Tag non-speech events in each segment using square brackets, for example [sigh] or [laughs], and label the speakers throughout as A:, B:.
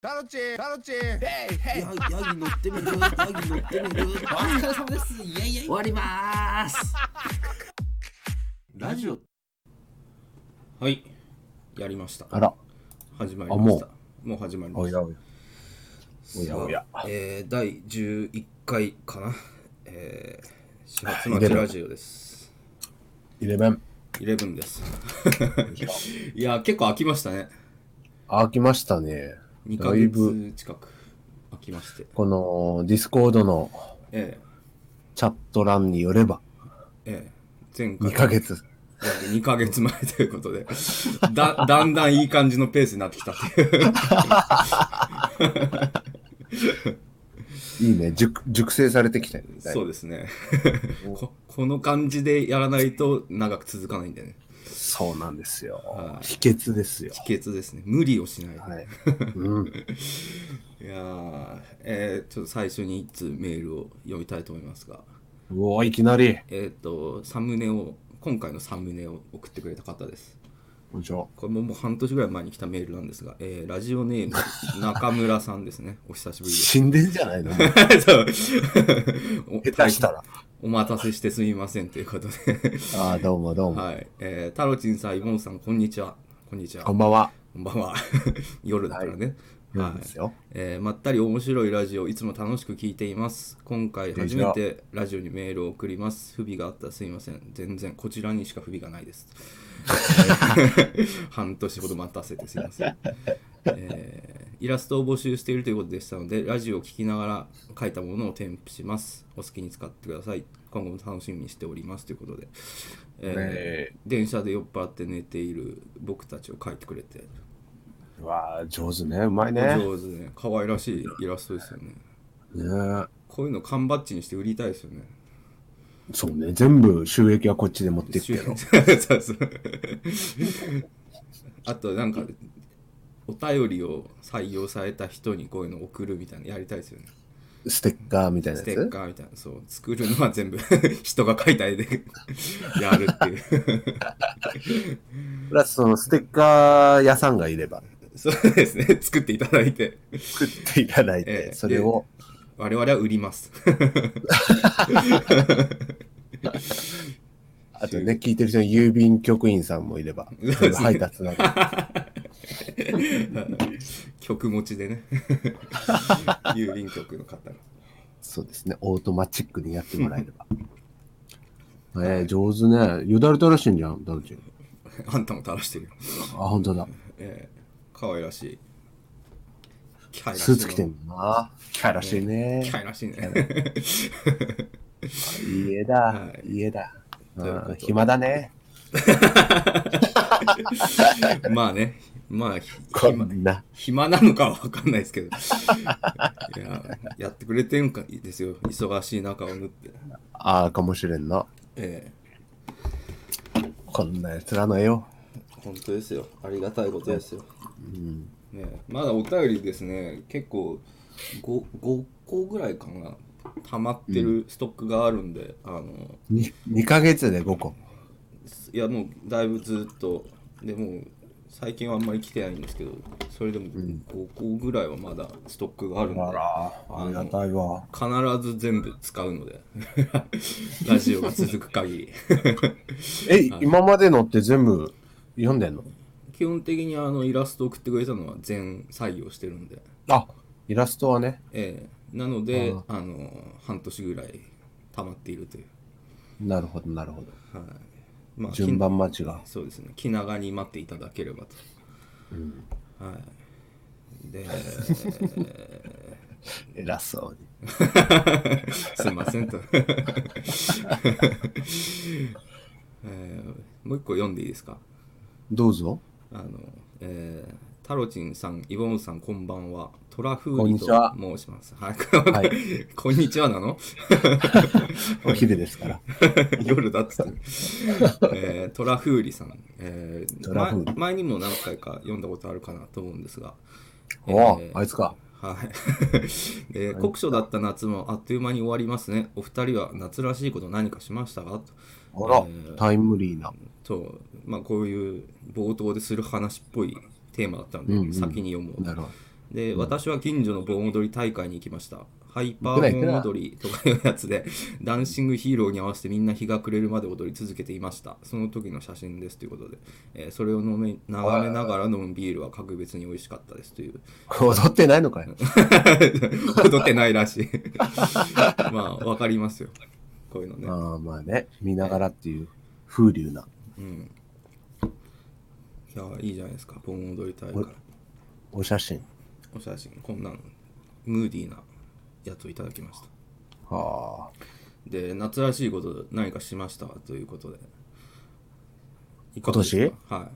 A: タロチタロチヘイヘイ
B: ヤヤギ乗ってみるヤギ乗ってみる
C: お疲れ様です。いやいやい
B: 終わりまーすラジオはいやりました
D: あら、
B: 始まりました
D: あ
B: もう始まりま
D: お
B: し
D: や
B: た
D: おや。おやおや
B: さあえー、第11回かなえー、始発
D: 入れ
B: 町
D: ろ
B: ラジオです
D: イレブン。
B: 11ですいや結構飽きましたね
D: あ、来ましたね。
B: 2ヶ
D: だいぶ、
B: 月近く飽きまして
D: この、ディスコードの
B: え
D: チャット欄によれば、
B: えええ前回
D: 2ヶ月。
B: 約2ヶ月前ということで、だ、 [laughs] だんだんいい感じのペースになってきたっていう。
D: いいね。熟、熟成されてきたよね。だいぶ
B: そうですね [laughs] こ。この感じでやらないと長く続かないんだよね。
D: そうなんですよ
B: は。い
D: 秘訣ですよ。
B: 秘訣ですね。無理をしない。
D: はい。うん。
B: い、やー、えーちょっと最初に一通メールを読みたいと思いますが、
D: うお、いきなり。
B: えっ、と、サムネを、今回のサムネを送ってくれた方です。
D: こんにちは。
B: これももう半年ぐらい前に来たメールなんですが、えーラジオネーム、中村さんですね。お久しぶ
D: [laughs]
B: りです。
D: 死んでんじゃない
B: [laughs]
D: の下
B: そうお
D: 手したら。
B: お待たせしてすみませんということで。 [laughs]
D: ああ、どうもどうも。
B: はい。えー、タロチンさん、イボンさん、こんにちは。こんにちは。
D: こ
B: [laughs] こ
D: んばんは。
B: んばんは。夜だからね。
D: な
B: は
D: ん
B: い
D: ですよ。
B: えーまったり面白いラジオ、いつも楽しく聞いています。今回初めてラジオにメールを送ります。不備があったらすいません。全然、こちらにしか不備がないです。えー半年ほど待たせてすいません。えーイラストを募集しているということでしたので、ラジオを聞きながら書いたものを添付します。お好きに使ってください。今後も楽しみにしておりますということで、えー電車で酔っ払って寝ている僕たちを書いてくれて、
D: うわあ、上手ね。うまいね。ね
B: 上手で、ね、可愛らしいイラストですよね。
D: え
B: こういうの缶バッジにして売りたいですよね。
D: そうね。全部収益はこっちで持っていくけど。
B: [laughs] そうそうあとなんかお便りを採用された人にこういうの送るみたいなのやりたいですよね。
D: ステッカーみたいな
B: ス
D: や
B: テッ
D: つ
B: カーみたいな。そう。作るのは全部 [laughs] 人が書いた絵で [laughs] やるって
D: [laughs]
B: いう。
D: プラスそのステッカー屋さんがいれば
B: そうですね。作っていただいて。
D: 作っていただいて、
B: ええ
D: それを
B: 我々は売ります。 [laughs]
D: あとね聞いてる人の郵便局員さんもいればそれが配達など
B: 曲持ちでね。 [laughs] 郵便局の方が。
D: そうですねオートマチックにやってもらえれば
B: [laughs]
D: ええ上手ねよだれ垂らしてんじゃんダルチン
B: あんたも垂らしてるよ。
D: あ本当だ
B: えー、可愛らしい。キャイらしい
D: スーツ着てんのなキャラしいね
B: 機械らしいね。
D: 家だ、
B: はい
D: 家だ
B: ということ
D: うん
B: で
D: 暇だね
B: まあね、まあ、ひ
D: こ
B: 暇
D: んな
B: 暇なのかは分かんないです [laughs] けど。いや、やってくれてんかですよ。忙しい中を縫って。
D: ああかもしれんな
B: え
D: こんなやつらの絵を
B: え本当ですよ。ありがたいことですよ。ねえ、まだお便りですね、結構 5, 5個ぐらいかな。溜まってるストックがあるんで、あの、
D: 2, 2ヶ月で5個
B: いやもうだいぶずっとでもう最近はあんまり来てないんですけどそれでも5個ぐらいはまだストックがあるんで、
D: ありがたいわ
B: 必ず全部使うので [laughs] ラジオが続く限り [laughs]
D: え、今までのって全部読んでんの
B: 基本的にあのイラスト送ってくれたのは全採用してるんで、
D: あイラストはね。
B: ええなのであの半年ぐらい溜まっているという、
D: なるほど、なるほど。
B: はいまあ、
D: 順番待ちが。
B: そうですね気長に待っていただければと、はいで [laughs]
D: 偉そうに。
B: すいませんと、 [laughs] えーもう一個読んでいいですか
D: どう
B: [laughs]
D: ぞ。
B: あの、えータロチンさんイボンさんこんばんはトラフ
D: こん
B: ー
D: に
B: リ
D: ちは
B: と申しますはいこ
D: はい
B: こんにちはなの
D: お昼ですから。
B: 夜だっつって、えートラフーリさん、えー
D: トラフーリ
B: ま前にも何回か読んだことあるかなと思うんですが
D: おお
B: え、ー
D: あいつか。 [laughs]
B: はい、で酷暑だった夏もあっという間に終わりますねお二人は夏らしいこと何かしましたかと
D: あら
B: えー、
D: タイムリーな。
B: そうまあこういう冒頭でする話っぽいテーマだったんで、
D: うんうん
B: 先に読もう
D: なるほ
B: で、私は近所の盆踊り大会に行きました。ハイパ
D: 行くな
B: ー
D: 行くな
B: 盆踊りとかいうやつで、 [laughs] ダンシングヒーローに合わせてみんな日が暮れるまで踊り続けていました。その時の写真ですということで、えーそれを飲め眺めながら飲むビールは格別に美味しかったですという。 [laughs]
D: 踊ってないのかよ。
B: 踊ってないらしい。 [laughs] まあ、わかりますよ。こういうのね。
D: ああ、まあね、見ながらっていう風流な。
B: うん。いや、いいじゃないですか。盆踊り大
D: お
B: 会。
D: お写真。
B: お写真、こんなの、ムーディーなやつをいただきました。
D: は
B: で、夏らしいこと何かしましたということで。いかがです
D: 今
B: かは
D: あ、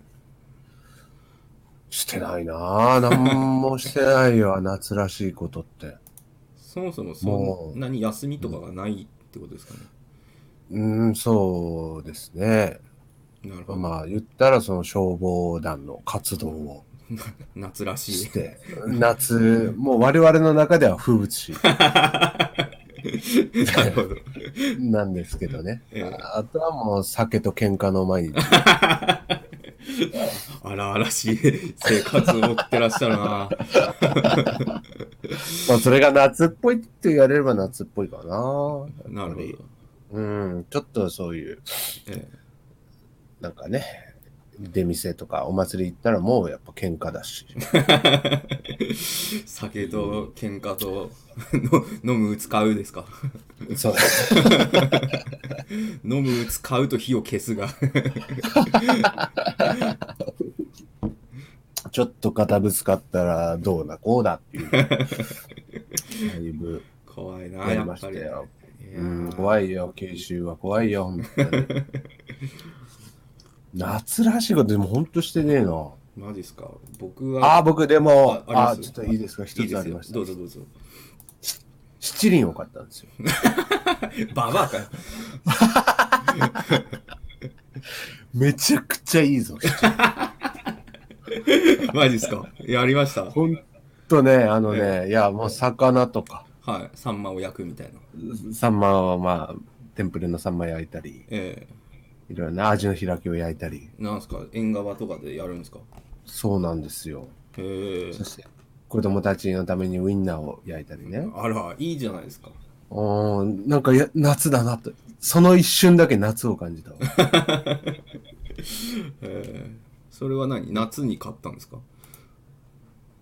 D: してないなあ。なんもしてないよ、夏らしいことって。
B: い。そもそも
D: も
B: そ
D: うん
B: なに休みとかがないってことですかね。
D: うーん、そうですね。
B: なるほど。
D: まあ、言ったらその消防団の活動を
B: 夏らしい
D: し。て、夏、もう我々の中では風物詩
B: [laughs] なるほど。
D: なんですけどね
B: ええ。
D: あとはもう酒と喧嘩の毎日。 [laughs]
B: 荒々しい生活を送ってらっしゃる
D: ま
B: な。
D: あ、それが夏っぽいって言われれば夏っぽいかな。
B: なるほど。
D: うん、ちょっとそういう、
B: え [laughs]
D: なんかね、出店とかお祭り行ったらもうやっぱ喧嘩だ
B: [laughs]
D: し。
B: え酒と喧嘩との飲む使うですか [laughs]
D: そう
B: 飲む使うと火を消すが [laughs]
D: ちょっと肩ぶつかったらどうだこうだっていう。だいぶ
B: 怖いな
D: やり
B: や
D: ま
B: っ
D: した
B: ぱり
D: よ。
B: いや
D: うん、
B: ー
D: 怖いよ、九州は怖いよ、本当 [laughs] に。夏らしいことでも本当してねえな。
B: マジっすか僕
D: あ
B: は
D: あ、僕でも、
B: あ
D: あ
B: あり
D: ちょっ
B: ます
D: といいですか、
B: い
D: 一
B: い
D: つ
B: で
D: あ
B: す
D: り
B: よ
D: ました。
B: どうぞどうぞ
D: 七輪を買ったんですよ。
B: ババアかよ [laughs]
D: めちゃくちゃいいぞ。
B: マジっすかやりました
D: ほんとね、あのね、いや、もう魚とか、
B: はいサンマを焼くみたいな
D: サンマはまあ、天ぷらのサンマ焼いたり、
B: え
D: いろいろな味の開きを焼いたり、
B: えなんすか縁側とかでやるんですか
D: そうなんですよ。
B: へえ
D: そして、子供たちのためにウインナーを焼いたりね。
B: あらいいじゃないですか
D: おーなんかや夏だなと。その一瞬だけ夏を感じたわ。
B: ええそれは何夏に買ったんですか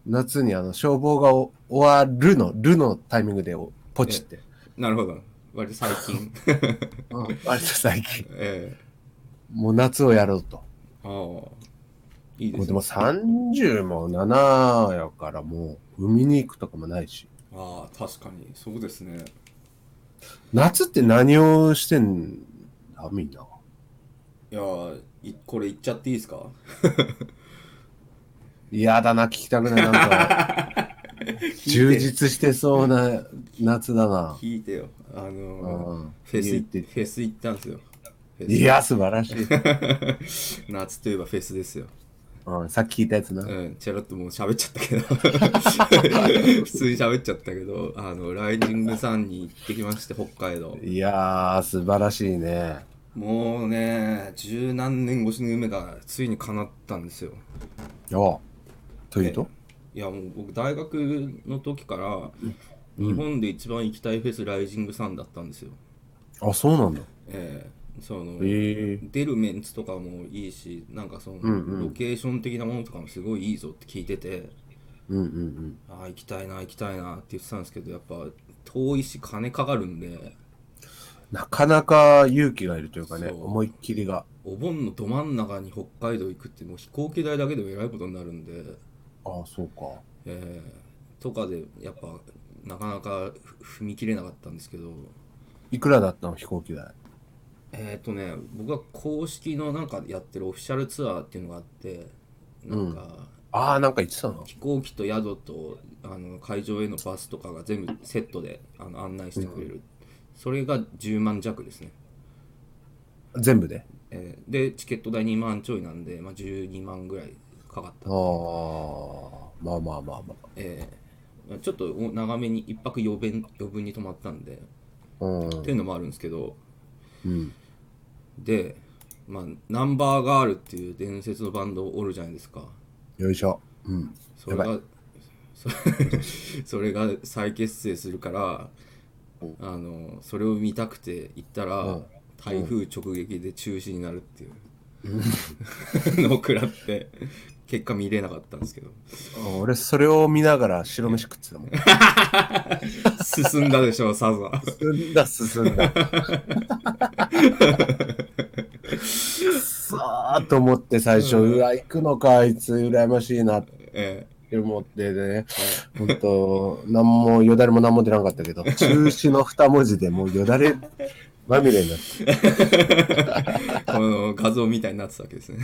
D: 夏にあの消防がお終わるの、るのタイミングでおポチって。
B: なるほど割と最近 [laughs]
D: うん、割と最近。
B: ええ
D: もう夏をやろうと。
B: ああいいで
D: もう
B: す
D: でも
B: ね
D: 30も7やからもう海に行くとかもないし。
B: ああ確かにそうですね
D: 夏って何をしてんだみんな。
B: いやーいこれ言っちゃっていいですか
D: 嫌だな、聞きたくない。なんか、
B: [laughs]
D: 充実してそうな夏だな。
B: 聞いてよあ
D: う
B: のー
D: ん
B: フェス
D: 言
B: 行
D: っ
B: ってて
D: て
B: フェス行ったんですよフェス
D: いや、素晴らしい。
B: [laughs] 夏といえばフェスですよ、
D: うん、さっき聞いたやつな。
B: うん、チャラッともう喋っちゃったけ
D: [laughs]
B: ど普通に喋っちゃったけどあのライジングさんに行ってきまして北海道
D: いやー、素晴らしいね。
B: もうね十何年越しの夢がついに叶ったんですよ
D: おうというと
B: いやもう僕大学の時から日本で一番行きたいフェスライジングさんだったんですよ、
D: あ、そうなんだ。
B: ええその、
D: ええ
B: 出るメンツとかもいいしなんかその、
D: んうん
B: ロケーション的なものとかもすごいいいぞって聞いてて
D: うんうんうん。
B: ああ行きたいな行きたいなって言ってたんですけどやっぱ遠いし金かかるんで
D: なかなか勇気がいるというかね、
B: そう
D: 思いっきりが。
B: お盆のど真ん中に北海道行くってもう飛行機代だけでもえらいことになるんで、
D: あ、そうか。
B: えーとかでやっぱなかなかふ踏み切れなかったんですけど
D: いくらだったの飛行機代。
B: えっ、とね僕は公式のなんかやってるオフィシャルツアーっていうのがあってなんか。
D: ああ、なんか言ってたの
B: 飛行機と宿とあの会場へのバスとかが全部セットであの案内してくれる、それが10万弱ですね、
D: 全部で。
B: えーでチケット代2万ちょいなんで、まあ、12万ぐらいかか
D: あ
B: った、
D: あ、まあまあまあま
B: えーちょっとお長めに1泊余分余分に泊まったんで、
D: あ。うん。
B: っていうのもあるんですけど
D: うん。
B: で、まあ、ナンバーガールっていう伝説のバンドおるじゃないですか
D: よいしょ。うん。
B: それが
D: やば
B: そ [laughs] それが再結成するからあのそれを見たくて行ったら、
D: うん
B: 台風直撃で中止になるっていう、 [laughs] のを食らって結果見れなかったんですけど
D: 俺、それを見ながら白飯食ってたもん。
B: 進んだでしょさぞ
D: [laughs] 進んだ、進ん [laughs] だ。さあと思って最初、
B: うん
D: うわ、行くのか、あいつ、羨ましいなっ
B: え
D: て思ってね、ほんと、なんも、よだれもなんも出なかった [laughs] けど、中止の二文字でもうよだれまみれになって、
B: えこの画像みたいになってたわけですね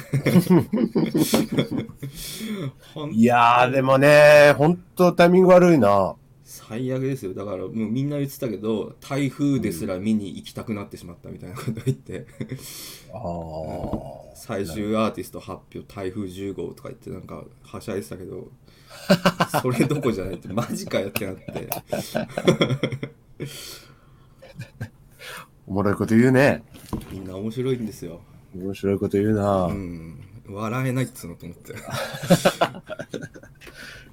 B: ほん
D: いやー、でもね、ほんとタイミング悪いな。
B: 最悪ですよだからもうみんな言ってたけど台風ですら見に行きたくなってしまったみたいなこと言って、
D: あー
B: 最終アーティスト発表台風10号とか言ってなんかはしゃいでたけどそれどこじゃないってマジかよってなって
D: おもろいこと言うね。
B: みんな面白いんですよ、
D: 面白いこと言うな。
B: うん、笑えないっつうのと思って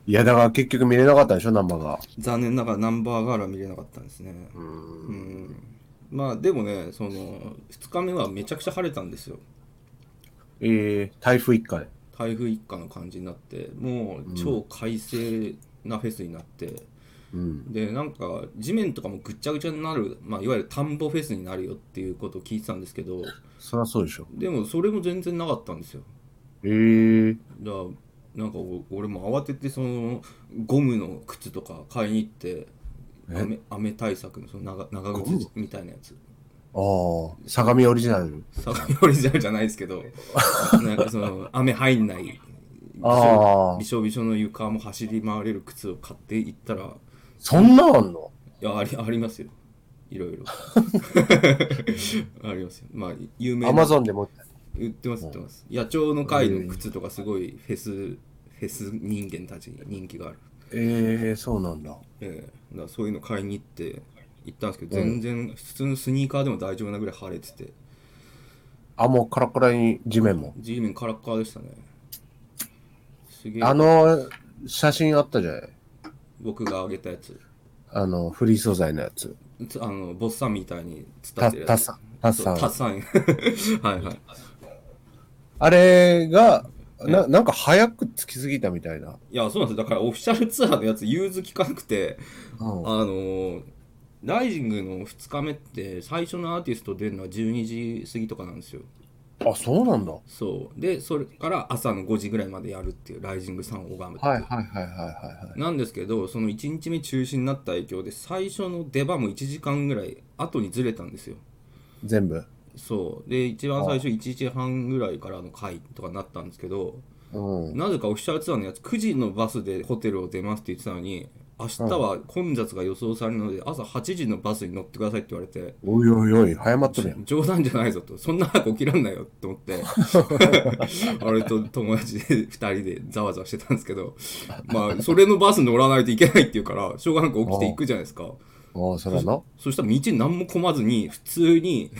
D: いや、だから結局見れなかったでしょ、生が。
B: 残念ながらナンバーガールは見れなかったんですねうんまあでもねその2日目はめちゃくちゃ晴れたんですよ
D: えー、台風一過で。
B: 台風一過の感じになってもう超快晴なフェスになって、
D: うん。
B: でなんか地面とかもぐっちゃぐちゃになる、まあ、いわゆる田んぼフェスになるよっていうことを聞いてたんですけど
D: そりゃそうでしょ。
B: でもそれも全然なかったんですよ
D: えー、
B: だからなんかお俺も慌ててそのゴムの靴とか買いに行って
D: え
B: 雨雨対策のその長長
D: ゴ
B: 靴
D: ム
B: みたいなやつ
D: ああ、相模オリジナル。
B: 相模オリジナルじゃないですけ
D: [laughs]
B: どなんかその雨入んない
D: あー
B: びしょびしょの床も走り回れる靴を買って行ったらい
D: そんなんあんの
B: やありありますよいろ
D: [laughs]
B: いろありますよまあ有名
D: アマゾンでも。
B: 売ってます売ってます野鳥の会の靴とかすごいフェスフェス人間たちに人気がある、
D: えー、そうなんだ。
B: ええだからそういうの買いに行って行ったんですけど全然普通のスニーカーでも大丈夫なぐらい晴れてて
D: あ、もうカラカラに地面も。
B: G メンカラッカーでしたねすげえ
D: あの、写真あったじゃない。
B: 僕があげたやつ
D: あの、フリー素材のやつ。
B: つあのボッサンみたいに伝
D: た、
B: ってる
D: た
B: や
D: っ
B: つ
D: さん。たっ
B: そう
D: さん。
B: タッサン [laughs] はいはい
D: あれが、ななんか早くつきすぎたみたいな。
B: いやそうなんですよだからオフィシャルツアーのやつ融通きかなくて
D: うん
B: あのーライジングの2日目って最初のアーティスト出るのは12時過ぎとかなんですよ
D: あ、そうなんだ。は
B: そうでそれから朝の5時ぐらいまでやるっていうライジングさんを拝むって
D: いはいはいはいはいはい。
B: なんですけどその1日目中止になった影響で最初の出番も1時間ぐらい後にずれたんですよ
D: 全部。
B: そうで一番最初1時半ぐらいからの回とかになったんですけど
D: うん。
B: なぜかオフィシャルツアーのやつ9時のバスでホテルを出ますって言ってたのに明日は混雑が予想されるので朝8時のバスに乗ってくださいって言われて、
D: おいおいおい、早まっとるやん。
B: 冗談じゃないぞとそんな早く起きらんないよって思って俺と友達で2人でざわざわしてたんですけどまあそれのバス乗らないといけないっていうからしょうがなく起きていくじゃないですか
D: ああ、それな。
B: そしたら道何も混まずに普通に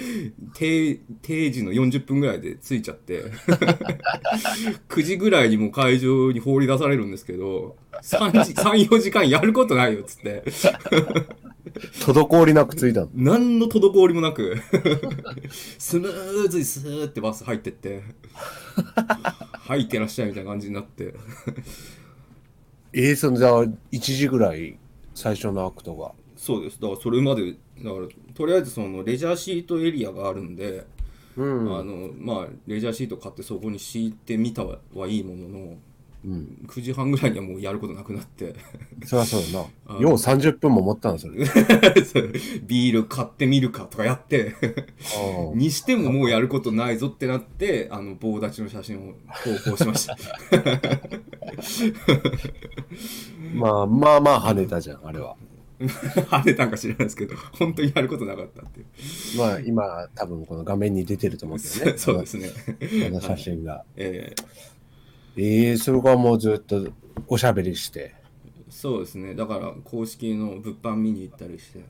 B: [laughs] 定定時の40分ぐらいで着いちゃって [laughs] 9時ぐらいにもう会場に放り出されるんですけど34時間やることないよっつって
D: 滞りなくついたの。
B: 何の滞りもなくスムーズにスーってバス入ってって入ってらっしゃいみたいな感じになって
D: ええそのじゃあ、1時ぐらい、最初のアクトが。
B: そうですだからそれまでだからとりあえずそのレジャーシートエリアがあるんで、
D: うん。
B: あのまあ、レジャーシート買ってそこに敷いてみたはいいものの、9時半ぐらいにはもうやることなくなって [laughs]
D: そりゃそうだな。よう30分も持ったの、 [laughs] それ。あ
B: そうビール買ってみるかとかやって
D: あ
B: にしてももうやることないぞってなってあの棒立ちの写真を投稿しました
D: まあまあまあ跳ねたじゃん、あれは。
B: [laughs] 跳ねたんか知らないですけど本当にやることなかったっていう、
D: まあ今、多分この画面に出てると思うけどね。
B: [laughs] そうですね
D: この写真が。
B: えー
D: ええそれからもうずっとおしゃべりして。
B: そうですねだから公式の物販見に行ったりしてで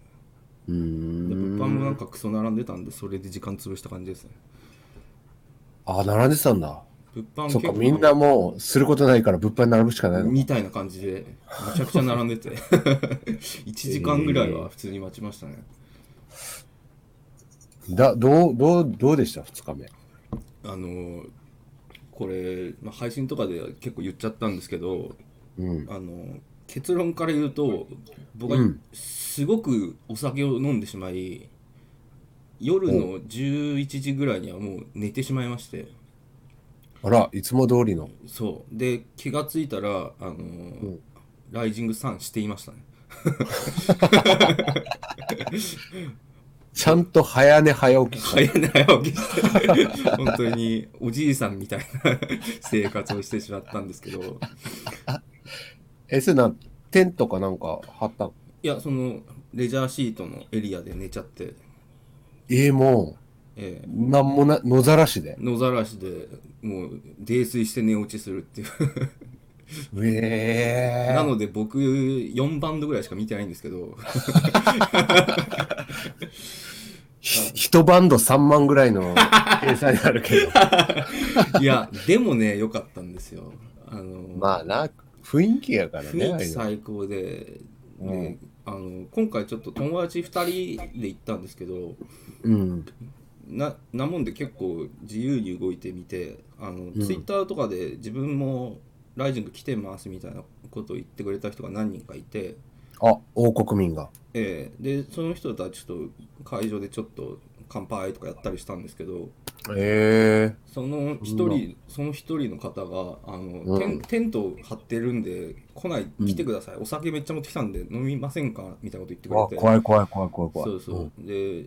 D: うーん。
B: 物販もなんかクソ並んでたんでそれで時間潰した感じですね
D: あ、並んでたんだ。
B: 物販
D: そっか、
B: 結構
D: みんなもう、することないから物販並ぶしかないの。
B: みたいな感じで、めちゃくちゃ並んでて、1時間ぐらいは普通に待ちましたね。
D: だ、どう、どう、どうでした二日目。
B: あのーこれ、まあ、配信とかで結構言っちゃったんですけど、
D: うん。
B: あのー結論から言うと、僕
D: う
B: は
D: ん
B: すごくお酒を飲んでしまい、夜の11時ぐらいにはもう寝てしまいまして、
D: あら、いつも通りの。
B: そう。で、気がついたら、あのー
D: うん
B: ライジング3していましたね。 [laughs]
D: ちゃんと早寝早起きした。
B: 早寝早起きして本当におじいさんみたいな [laughs] 生活をしてしまったんですけど
D: え、それなん、テントかなんか張ったの
B: いやそのレジャーシートのエリアで寝ちゃって、
D: えー、も
B: え
D: う、なんもな、野ざら
B: [laughs]
D: しで。
B: ー野ざらしでもう泥酔して寝落ちするっていう
D: ええ
B: なので僕4バンドぐらいしか見てないんですけど [laughs]
D: ひ一バンド3万ぐらいの計算になるけど。
B: いやでもね良かったんですよあの、
D: まあな、雰囲気やからね。
B: 雰囲気
D: ああいう
B: 最高で、
D: うん
B: であの今回ちょっと友達2人で行ったんですけど
D: のうん。
B: ななもんで結構自由に動いてみてあの、ツイッターとかで自分も「ライジング来てます」みたいなことを言ってくれた人が何人かいて、
D: あ、王国民が。
B: ええでその人たちと会場でちょっと乾杯とかやったりしたんですけど
D: ええ
B: その一人その一人の方があの、
D: うん
B: テンテント張ってるんで来ない
D: うん
B: 来てください、お酒めっちゃ持ってきたんで飲みませんかみたいなこと言ってく
D: あ、
B: れて
D: 怖い怖い怖い怖い怖い。
B: そうそう、で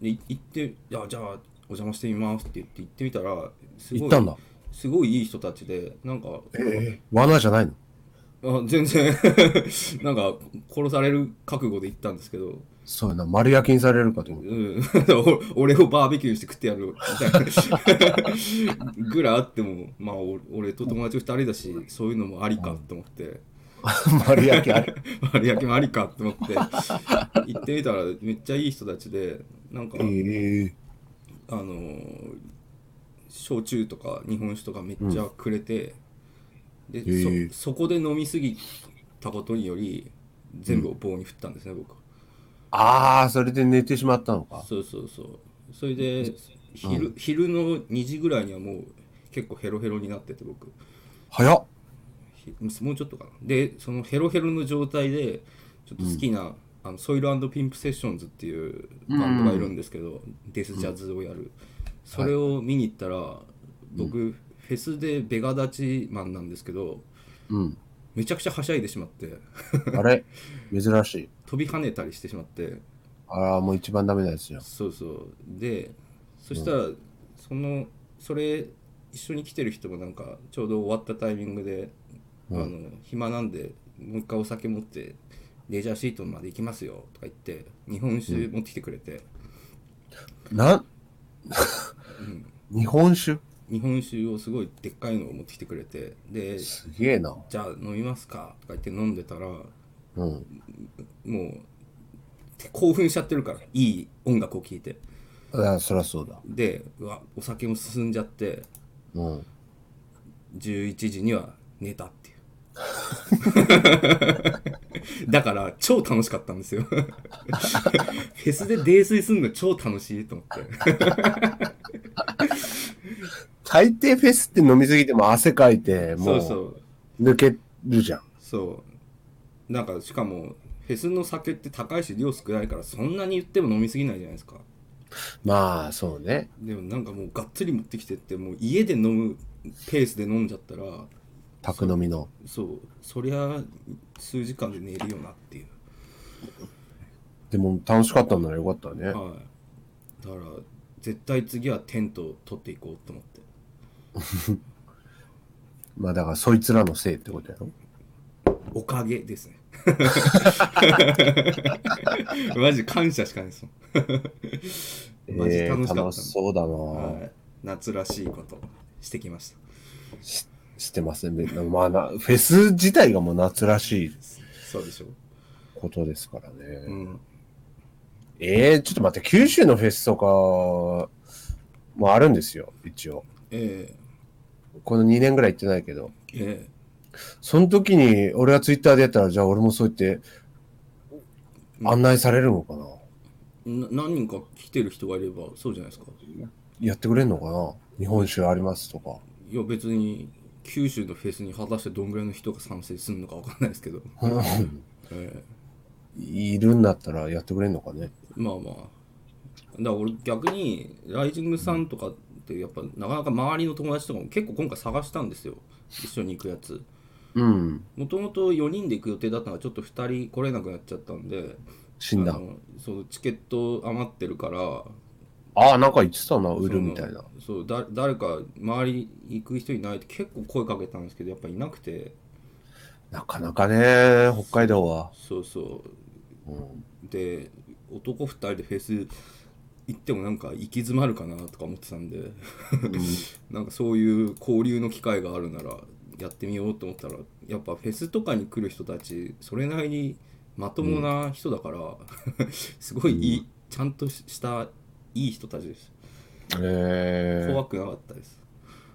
B: でい行っていやじゃあお邪魔してみますって言って行ってみたらす
D: ん。行
B: ご
D: っ
B: い
D: たんだ。
B: すごいいい人たちでなんか、
D: ええ罠じゃないの
B: あ全然 [laughs] なんか殺される覚悟で行ったんですけど、
D: そうやな、丸焼きにされるかと思う。
B: うん、 [laughs] お俺をバーベキューして食ってやるみたいなぐらいあってもまあお俺と友達2人だしそういうのもありかと思って。
D: [laughs]
B: [laughs]
D: 丸焼きあれ。
B: 丸焼きもありかと思って行ってみたらめっちゃいい人たちでなんか
D: ええ
B: あのー焼酎とか日本酒とかめっちゃくれて、で、
D: ー
B: そそこで飲みすぎたことにより全部を棒に振ったんですね、僕は
D: ああ、それで寝てしまったのか。
B: そうそうそうそれで昼,、昼の2時ぐらいにはもう結構ヘロヘロになってて僕
D: 早っ。
B: ひもうちょっとかなでそのヘロヘロの状態でちょっと好きな、あのソイルピンプセッションズっていうバンドがいるんですけど、デスジャズをやる、それを見に行ったら、僕、フェスでベガ立ちマンなんですけど
D: うん。
B: めちゃくちゃはしゃいでしまって
D: あれ珍しい。
B: 飛び跳ねたりしてしまって
D: ああ、もう一番ダメなやつじゃん。
B: そうそうでそしたら、そのそれ一緒に来てる人もなんかちょうど終わったタイミングで、あの暇なんでもう一回お酒持ってレジャーシートまで行きますよとか言って日本酒持ってきてくれて、
D: なん、日本酒
B: 日本酒をすごいでっかいのを持ってきてくれてです
D: げえな。
B: じゃあ飲みますかとか言って飲んでたら
D: うん。
B: もう興奮しちゃってるからいい音楽を聴いて
D: ああ、そりゃそうだ。
B: でうわお酒も進んじゃって
D: うん。
B: 11時には寝たっていうだから超楽しかったんですよフェスで泥酔するの超楽しいと思って
D: 大抵フェスって飲みすぎても汗かいて、
B: そ
D: も
B: うそうう
D: 抜けるじゃん。
B: そうなんかしかもフェスの酒って高いし量少ないからそんなに言っても飲みすぎないじゃないですか
D: まあ、そうね。
B: でもなんかもうがっつり持ってきてってもう家で飲むペースで飲んじゃったら
D: 宅飲みの。
B: そうそりゃ数時間で寝るよなっていう
D: でも楽しかったんならよかったね。
B: はい、だから絶対次はテントを取っていこうと思って
D: まあだからそいつらのせいってことやろ。
B: おかげで
D: [laughs]
B: すねマジ感謝しかないですもんマジ
D: えー
B: 楽しかったんで、
D: 楽しそうだな、
B: はい、夏らしいことしてきました
D: してますね。でまあな、フェス自体がもう夏らしい
B: そうでしょ
D: ことですからね。
B: う、うん、
D: ええちょっと待って、九州のフェスとかもあるんですよ、一応。
B: ええ
D: この2年ぐらい行ってないけど、
B: え
D: その時に俺がツイッターでやったら、じゃあ俺もそう言って案内されるのかな、
B: えな何人か来てる人がいればそうじゃないですか
D: やってくれんのかな日本酒ありますとか。
B: いや別に九州のフェスに果たしてどんぐらいの人が賛成するのかわかんないですけど、ええ
D: いるんだったらやってくれんのかね
B: まあまあだから俺逆にライジングさんとかってやっぱなかなか周りの友達とかも結構今回探したんですよ一緒に行くやつ
D: うん。
B: もともと4人で行く予定だったのがちょっと2人来れなくなっちゃったんで
D: 死んだ
B: あ。のそうチケット余ってるから
D: ああ、なんか言ってたな、売るみたいな。
B: そのそうだ誰か周り行く人いないって結構声かけたんですけどやっぱいなくて
D: なかなかね、北海道は。
B: そうそう
D: うん
B: で男2人でフェス行ってもなんか行き詰まるかなとか思ってたんで [laughs] なんかそういう交流の機会があるならやってみようと思ったらやっぱフェスとかに来る人たちそれなりにまともな人だから、すごいいい、ちゃんとしたいい人たちです
D: えー
B: 怖くなかったです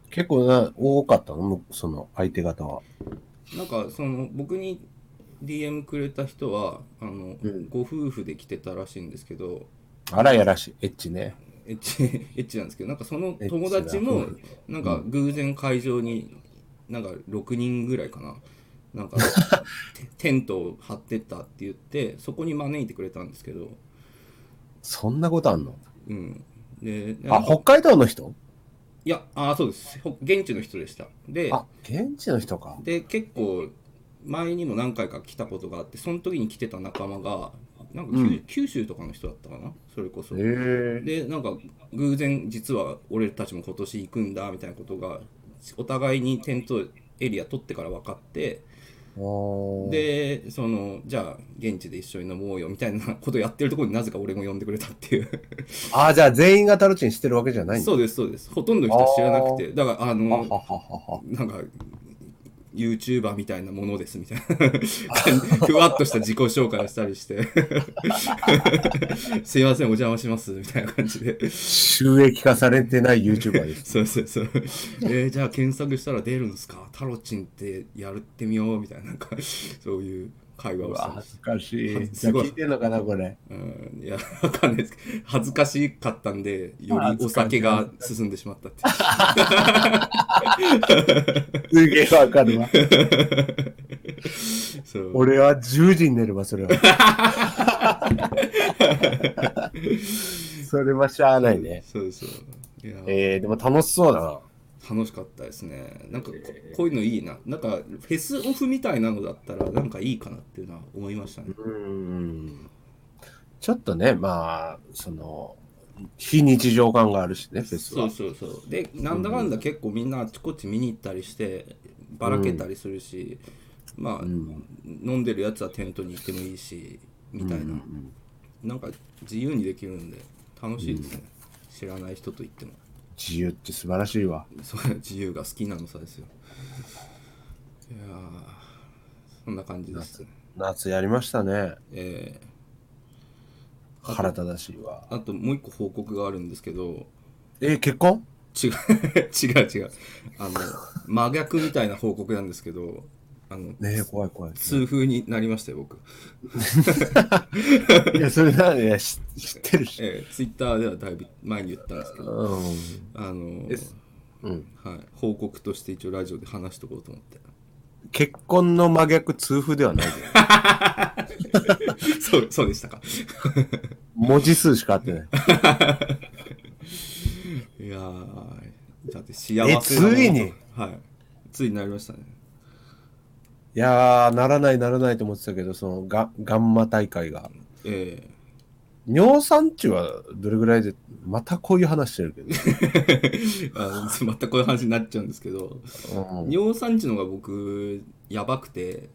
D: 結構な、多かったのむその相手方は。
B: なんかその僕に DM くれた人はあの、
D: うん
B: ご夫婦で来てたらしいんですけど
D: あらやらしい、エッチね。
B: エッチ [laughs] エッチなんですけどなんかその友達
D: エッ
B: も
D: チ
B: なんか偶然会場になんか6人ぐらいかななん
D: [laughs]
B: かテテントを張ってったって言ってそこに招いてくれたんですけど、
D: そんなことあんの
B: うん、でな
D: あ、
B: んか
D: 北海道の人
B: いやあそうですほ現地の人でしたで
D: あ、現地の人か。
B: で結構前にも何回か来たことがあってその時に来てた仲間がなんか九,、
D: うん
B: 九州とかの人だったかなそれこそ、
D: えー、
B: でなんか偶然実は俺たちも今年行くんだみたいなことがお互いにテントエリア取ってから分かって
D: あー、
B: でそのじゃあ現地で一緒に飲もうよみたいなことやってるところになぜか俺も呼んでくれたっていう
D: あー、じゃあ全員がタロチンしてるわけじゃないんだ
B: そうですそうですほとんどの人は知らなくてだからあ
D: あ
B: の
D: はははは。
B: なんか YouTuber みたいなものですみたいな [laughs] ふわっとした自己紹介をしたりして [laughs] すいませんお邪魔しますみたいな感じで
D: 収益化されてない YouTuber です。
B: そうそうそうえーじゃあ検索したら出るんですかタロチンってやってみようみたいななんかそういう会話
D: う
B: をした
D: わ
B: んです
D: 恥ずかしい。じゃ
B: す
D: あ
B: ごい
D: 聞いてんのかな、これ。
B: うんいやわかんないですけど恥ずかしかったんでよりお酒が進んでしまったっていう
D: すげえわかる
B: [laughs]
D: わ。
B: そう
D: 俺は10時に寝れば、それは。それはしゃあないね。
B: そうそういや
D: えー、でも楽しそうだな。
B: 楽しかったですねなんかここういうのいいななんかフェスオフみたいなのだったらなんかいいかなっていうのは思いましたね
D: うん。ちょっとね、まあ、その、非日常感があるしね、フェス
B: そ
D: は
B: う。そうそうでなんだかんだ結構みんなあちこち見に行ったりしてばらけたりするし、まあ、飲んでるやつはテントに行ってもいいしみたいな、なんか自由にできるんで楽しいですね、知らない人と行っても [laughs]
D: 自由って素晴らしいわ。
B: そう自由が好きなのさですよいやーそんな感じですね
D: 夏やりましたね。
B: えー
D: 腹立たしいわ。
B: あともう一個報告があるんですけど、
D: えー、結婚
B: 違う、 [laughs] 違う違う。あの、真逆みたいな報告なんですけど、あの、
D: ねえ、怖い怖い。
B: 痛風になりましたよ、僕。
D: いや、それなんで、し知ってるし。
B: えツイッター Twitter ではだいぶ前に言ったんですけど、
D: う
B: あの、
D: ん。うん。
B: はい、報告として一応ラジオで話しとこうと
D: [laughs]
B: 思って。
D: 結婚の真逆、痛風ではないで。
B: そう、そうでしたか。
D: 文字数しか合ってない。
B: いやー、だって幸せなもの
D: えついに
B: はい。ついになりましたね。
D: いやー、ならないならないと思ってたけど、そのガ、ガンマ大会が。
B: ええ
D: 尿酸値はどれぐらいで、またこういう話してるけど。
B: あのまたこういう話になっちゃうんですけど、
D: うん、
B: 尿酸値の方が僕、やばくて、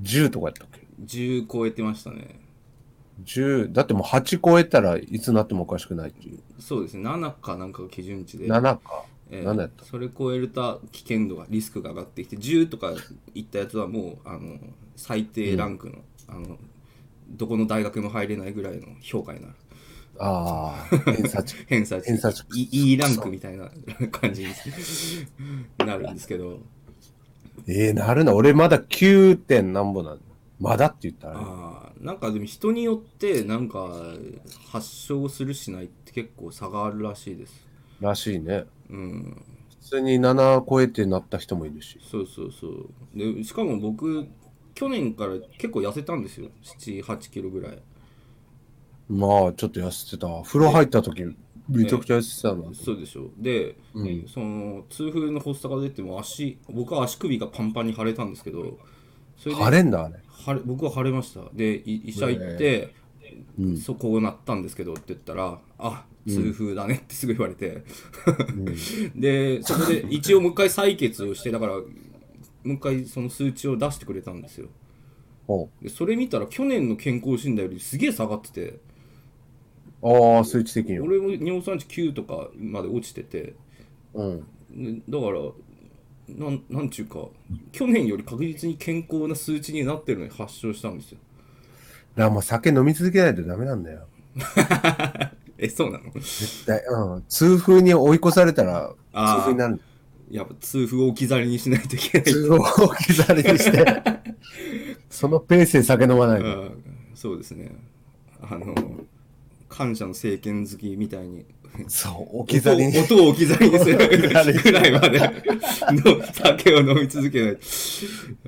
D: 10とかやったっけ
B: 10超えてましたね
D: ?10、だってもう8超えたらいつなってもおかしくないっていう。
B: そうですね7かなんかが基準値で、
D: 7か。
B: えー
D: 7やった
B: それ超えると危険度がリスクが上がってきて10とかいったやつはもうあの最低ランクの,、あのどこの大学も入れないぐらいの評価になる
D: ああ、偏差値。 [laughs]
B: 偏差値
D: 偏差値
B: い E ランクみたいな [laughs] 感じになるんですけど
D: ええなるな。俺まだ 9. 点なんぼなんだ。まだって言ったらあれ、
B: あーなんかでも人によってなんか発症するしないって結構差があるらしいです
D: らしいね。
B: うん
D: 普通に7超えてなった人もいるし。
B: そうそうそうでしかも僕去年から結構痩せたんですよ7 8キロぐらい
D: まあ、ちょっと痩せてたわ。風呂入った時、めちゃくちゃ痩せてたな。
B: そうでしょで、
D: うん
B: その痛風の発作が出ても足僕は足首がパンパンに腫れたんですけどそれで
D: 晴れんだ、あれ。
B: 腫れ僕は腫れましたでい医者行って、
D: うん
B: そこをなったんですけどって言ったら「あ痛風だね」ってすぐ言われて、 [laughs] でそこで一応もう一回採血をしてだからもう一回その数値を出してくれたんですよ
D: お
B: でそれ見たら去年の健康診断よりすげえ下がってて
D: ああ、数値的には。
B: 俺も尿酸値9とかまで落ちてて
D: うん。
B: ねだからなんなんちゅうか去年より確実に健康な数値になってるのに発症したんですよ [laughs]
D: だからもう酒飲み続けないとダメなんだよ。
B: えそうなの
D: 絶対、うん。痛風に追い越されたら、
B: あー
D: 痛風になる。
B: やっぱ痛風を置き去りにしないと
D: [laughs]
B: いけない
D: 痛風を置き去りに
B: [laughs]
D: して、そのペースで酒飲まないと。
B: うんそうですねあの感謝の政権好きみたいに
D: そう、置き去りに
B: 音を音を置き去りに
D: [laughs]
B: する
D: 去りに
B: ぐらいまで [laughs] の酒を飲み続けない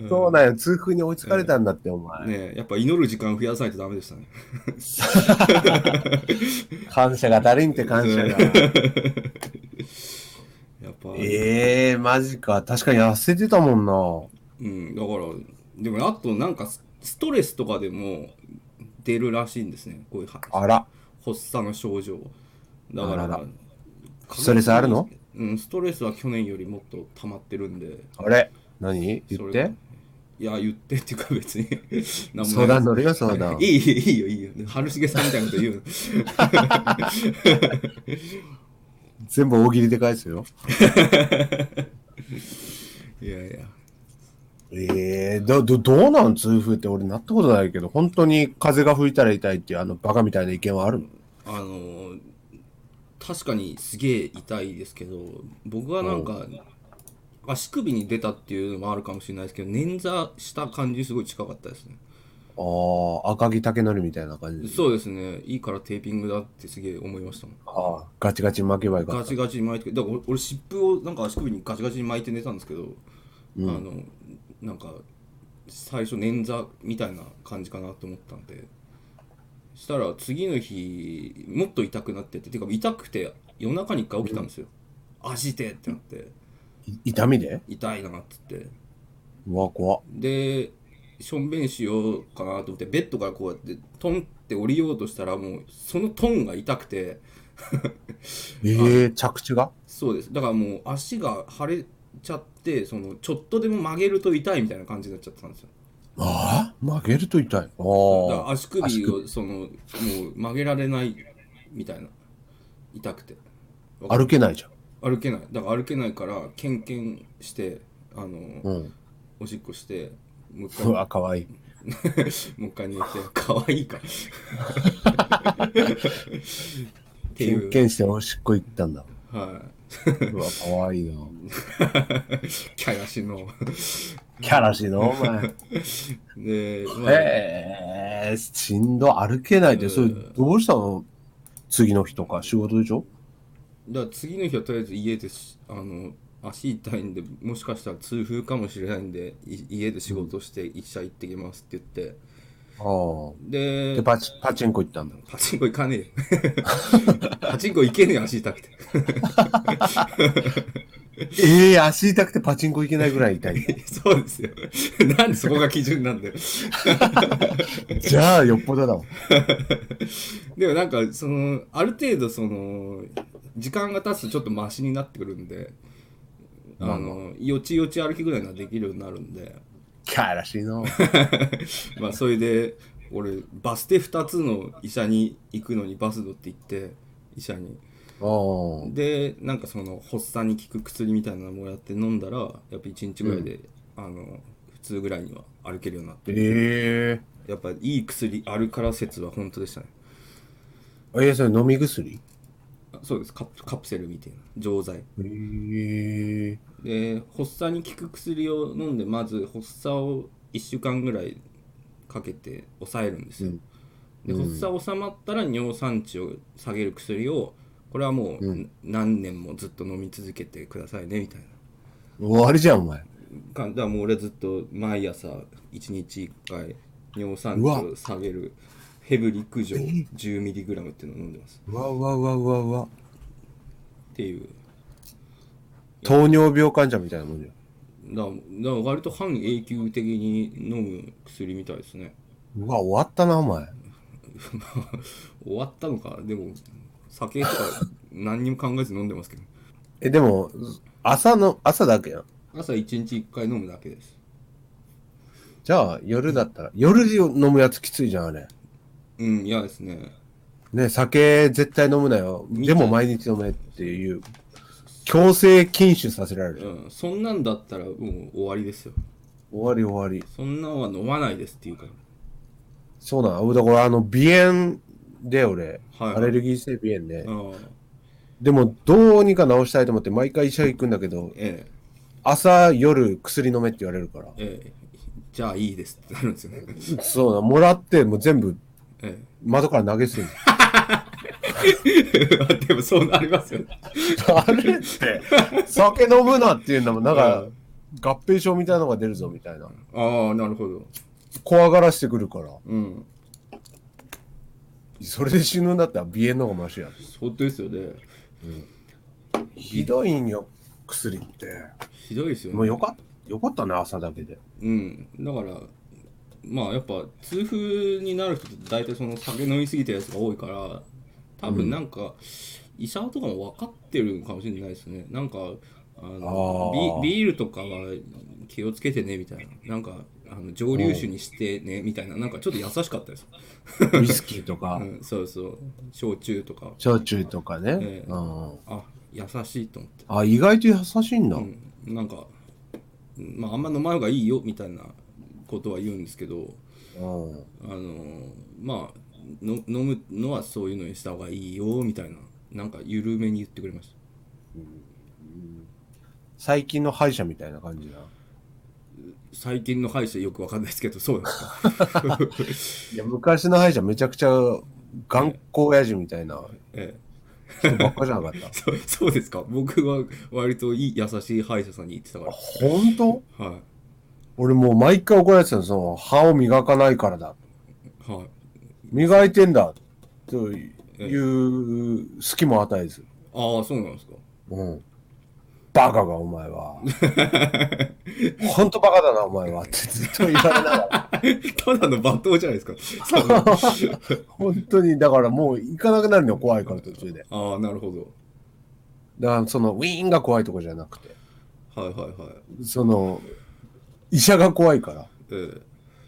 D: そうなんよ。痛風に追いつかれたんだって、お前。
B: ねえやっぱ祈る時間増やさないとダメでしたね
D: 感謝が誰にって感謝が。
B: やっぱ、
D: ええマジか。確かに痩せてたもんな。
B: うんだからでもあとなんかスストレスとかでも出るらしいんですねこういうは
D: あら。
B: 発作の症状だから
D: あららストレスあるの
B: うんストレスは去年よりもっと溜まってるんで
D: あれ何言っ
B: それ
D: て
B: いや言ってっていうか別
D: [laughs]
B: に何もない
D: 相談乗るよ、相談
B: [laughs] い。いいいよいいよ春重さんみたいなこと言うの [laughs]
D: 全部大喜利で返すよ。
B: いやいや
D: ええど、ど、どうなん痛風って俺なったことないけど、本当に風が吹いたら痛いっていうあのバカみたいな意見はあるの
B: あのー確かにすげえ痛いですけど僕はなんか足首に出たっていうのもあるかもしれないですけど捻挫した感じにすごい近かったですね
D: ああ、赤木竹則みたいな感じ。
B: そうですねいいからテーピングだってすげえ思いましたもん
D: ああ、ガチガチに巻けばよか
B: ガ
D: った
B: チ。ガチに巻いてだから俺俺湿布をなんか足首にガチガチに巻いて寝たんですけど、あのなんか最初捻挫みたいな感じかなと思ったんでしたら次の日もっと痛くなってててか痛くて夜中に一回起きたんですよ、足痛えってなって
D: い痛みで
B: 痛いなっつって
D: うわ、怖っ
B: でしょんべんしようかなと思ってベッドからこうやってトンって降りようとしたらもうそのトンが痛くて
D: ええ着地が
B: そうですだからもう足が腫れちゃってそのちょっとでも曲げると痛いみたいな感じになっちゃってたんですよ
D: ああ、曲げると痛い。あ
B: だか
D: あ
B: ら。足首をそのもう曲げられないみたいな痛くて
D: 歩けないじゃん。
B: 歩けないだから歩けないからケンケンしてあの、
D: うん。
B: おしっこしてもう一
D: う
B: 回
D: わ、かわいい。
B: [laughs] もう一回寝て可愛いか
D: [laughs]
B: ってい
D: 偏
B: う
D: 見しておしっこ行ったんだ。
B: は
D: うわ、かわいいな。
B: い [laughs] キャラしの
D: キャラしいの、お前。
B: で、まあ
D: へえ、しんど、歩けないで、それ、どうしたの次の日とか、仕事でしょ
B: だから次の日はとりあえず家でしあの足痛いんでもしかしたら痛風かもしれないんでい家で仕事して医者行ってきますって言って
D: ああ。
B: で
D: で、パチ、パチンコ行ったんだ。
B: パチンコ行かねえよ [laughs] パチンコ行けねえよ足痛くて
D: [laughs] ええ足痛くてパチンコ行けないぐらい痛い。
B: そうですよなんでそこが基準なんだよ
D: [laughs] じゃあ、よっぽどだわ。
B: でもなんかそのある程度その時間が経つとちょっとマシになってくるんであのよちよち歩きぐらいができるようになるんで
D: キャラしい [laughs] の。
B: まあそれで俺バス停2つの医者に行くのにバス乗って行って医者に
D: おー
B: でなんかその発作に効く薬みたいなのもやって飲んだらやっぱ1日ぐらいで、あの普通ぐらいには歩けるようになって
D: ええ
B: やっぱいい薬あるから説は本当でしたね
D: え、それ飲み薬
B: あそうですカプカプセルみたいな錠剤
D: えー、
B: で発作に効く薬を飲んでまず発作を1週間ぐらいかけて抑えるんですよ、
D: うん
B: で
D: うん
B: 発作収まったら尿酸値を下げる薬をこれはも
D: う
B: う何年もずっと飲み続けてくださいねみたいな
D: 終わりじゃん、お前。
B: 感じだからもう俺ずっと毎朝1日1回尿酸値を下げるヘブリック錠 10mg っていうのを飲んでます
D: うわうわうわうわうわ。
B: っていう
D: 糖尿病患者みたいなもんじゃん。
B: だからだから割と半永久的に飲む薬みたいですね [laughs]
D: うわ、終わったな、お前。
B: まあ終わったのかでも酒とか何にも考えず飲んでますけど
D: え、でも、朝の、朝だけやん。
B: 朝1日1回飲むだけです
D: じゃあ、夜だったら、夜飲むやつきついじゃん、あれ。
B: うん嫌ですね
D: ね、酒絶対飲むなよ。でも毎日飲めっていう、強制禁酒させられる。
B: うんそんなんだったらもう終わりですよ
D: 終わり終わり。
B: そんなんは飲まないですっていうか
D: そうなの。俺だから、あの、鼻炎で俺、
B: はい
D: アレルギー性鼻炎ね。
B: ああ
D: でも、どうにか治したいと思って、毎回医者行くんだけど、
B: ええ
D: 朝、夜、薬飲めって言われるから。
B: ええじゃあいいですってなるんですよね
D: そうなの。もらって、もう全部、
B: え
D: 窓から投げ
B: [laughs]
D: すぎる。
B: え [laughs] でもそうなりますよね
D: あれって、酒飲むなっていうんだもん。なんか
B: うん、
D: 合併症みたいなのが出るぞ、みたいな。
B: ああなるほど
D: 怖がらしてくるから。
B: うん
D: それで死ぬんだったら鼻炎の方がマシや。
B: 本当ですよね
D: ひどいんよ、薬って。
B: ひどいですよね
D: もうよかった、よかったな、朝だけで。 [laughs]
B: うんだからまあやっぱ痛風になる人って大体その酒飲みすぎたやつが多いから多分なんか、医者とかも分かってるのかもしれないですねなんかあの
D: あー
B: ビビールとかは気をつけてねみたいななんかあの蒸留酒にしてねみたいななんかちょっと優しかったです、
D: ウイスキーとか
B: う、ん、そうそう焼酎とか
D: 焼酎とかね
B: え。え
D: うん
B: あ優しいと思って
D: あ、意外と優しいんだ。
B: うん、なんか、うんまあ、あんま飲まない方がいいよみたいなことは言うんですけど
D: うん
B: あのーまあの飲むのはそういうのにした方がいいよみたいななんか緩めに言ってくれまし
D: 最近の歯医者みたいな感じだ。
B: た最近の歯医者よくわかんないですけどそうなんですか、
D: いや、昔の歯医者めちゃくちゃ頑固親父みたいな
B: ええ、
D: 人ばっかじゃなかった。
B: そそうですか僕は割といい優しい歯医者さんに行ってたか
D: 本当
B: らは
D: 俺もう毎回怒られてたの、その歯を磨かないからだ。
B: いはい
D: 磨いてんだ。という隙も与えず。
B: ああそうなんですか [laughs]
D: うん。バカがお前 [laughs] は。ほんとバカだなお前はってずっと言われながら。
B: ただの罵倒じゃないですかその
D: [laughs] 本当に、だからもう行かなくなるのよ怖いから途中で。
B: ああなるほど
D: だからそのウィーンが怖いとかじゃなくて、
B: はいはいはい
D: その医者が怖いから、
B: ええ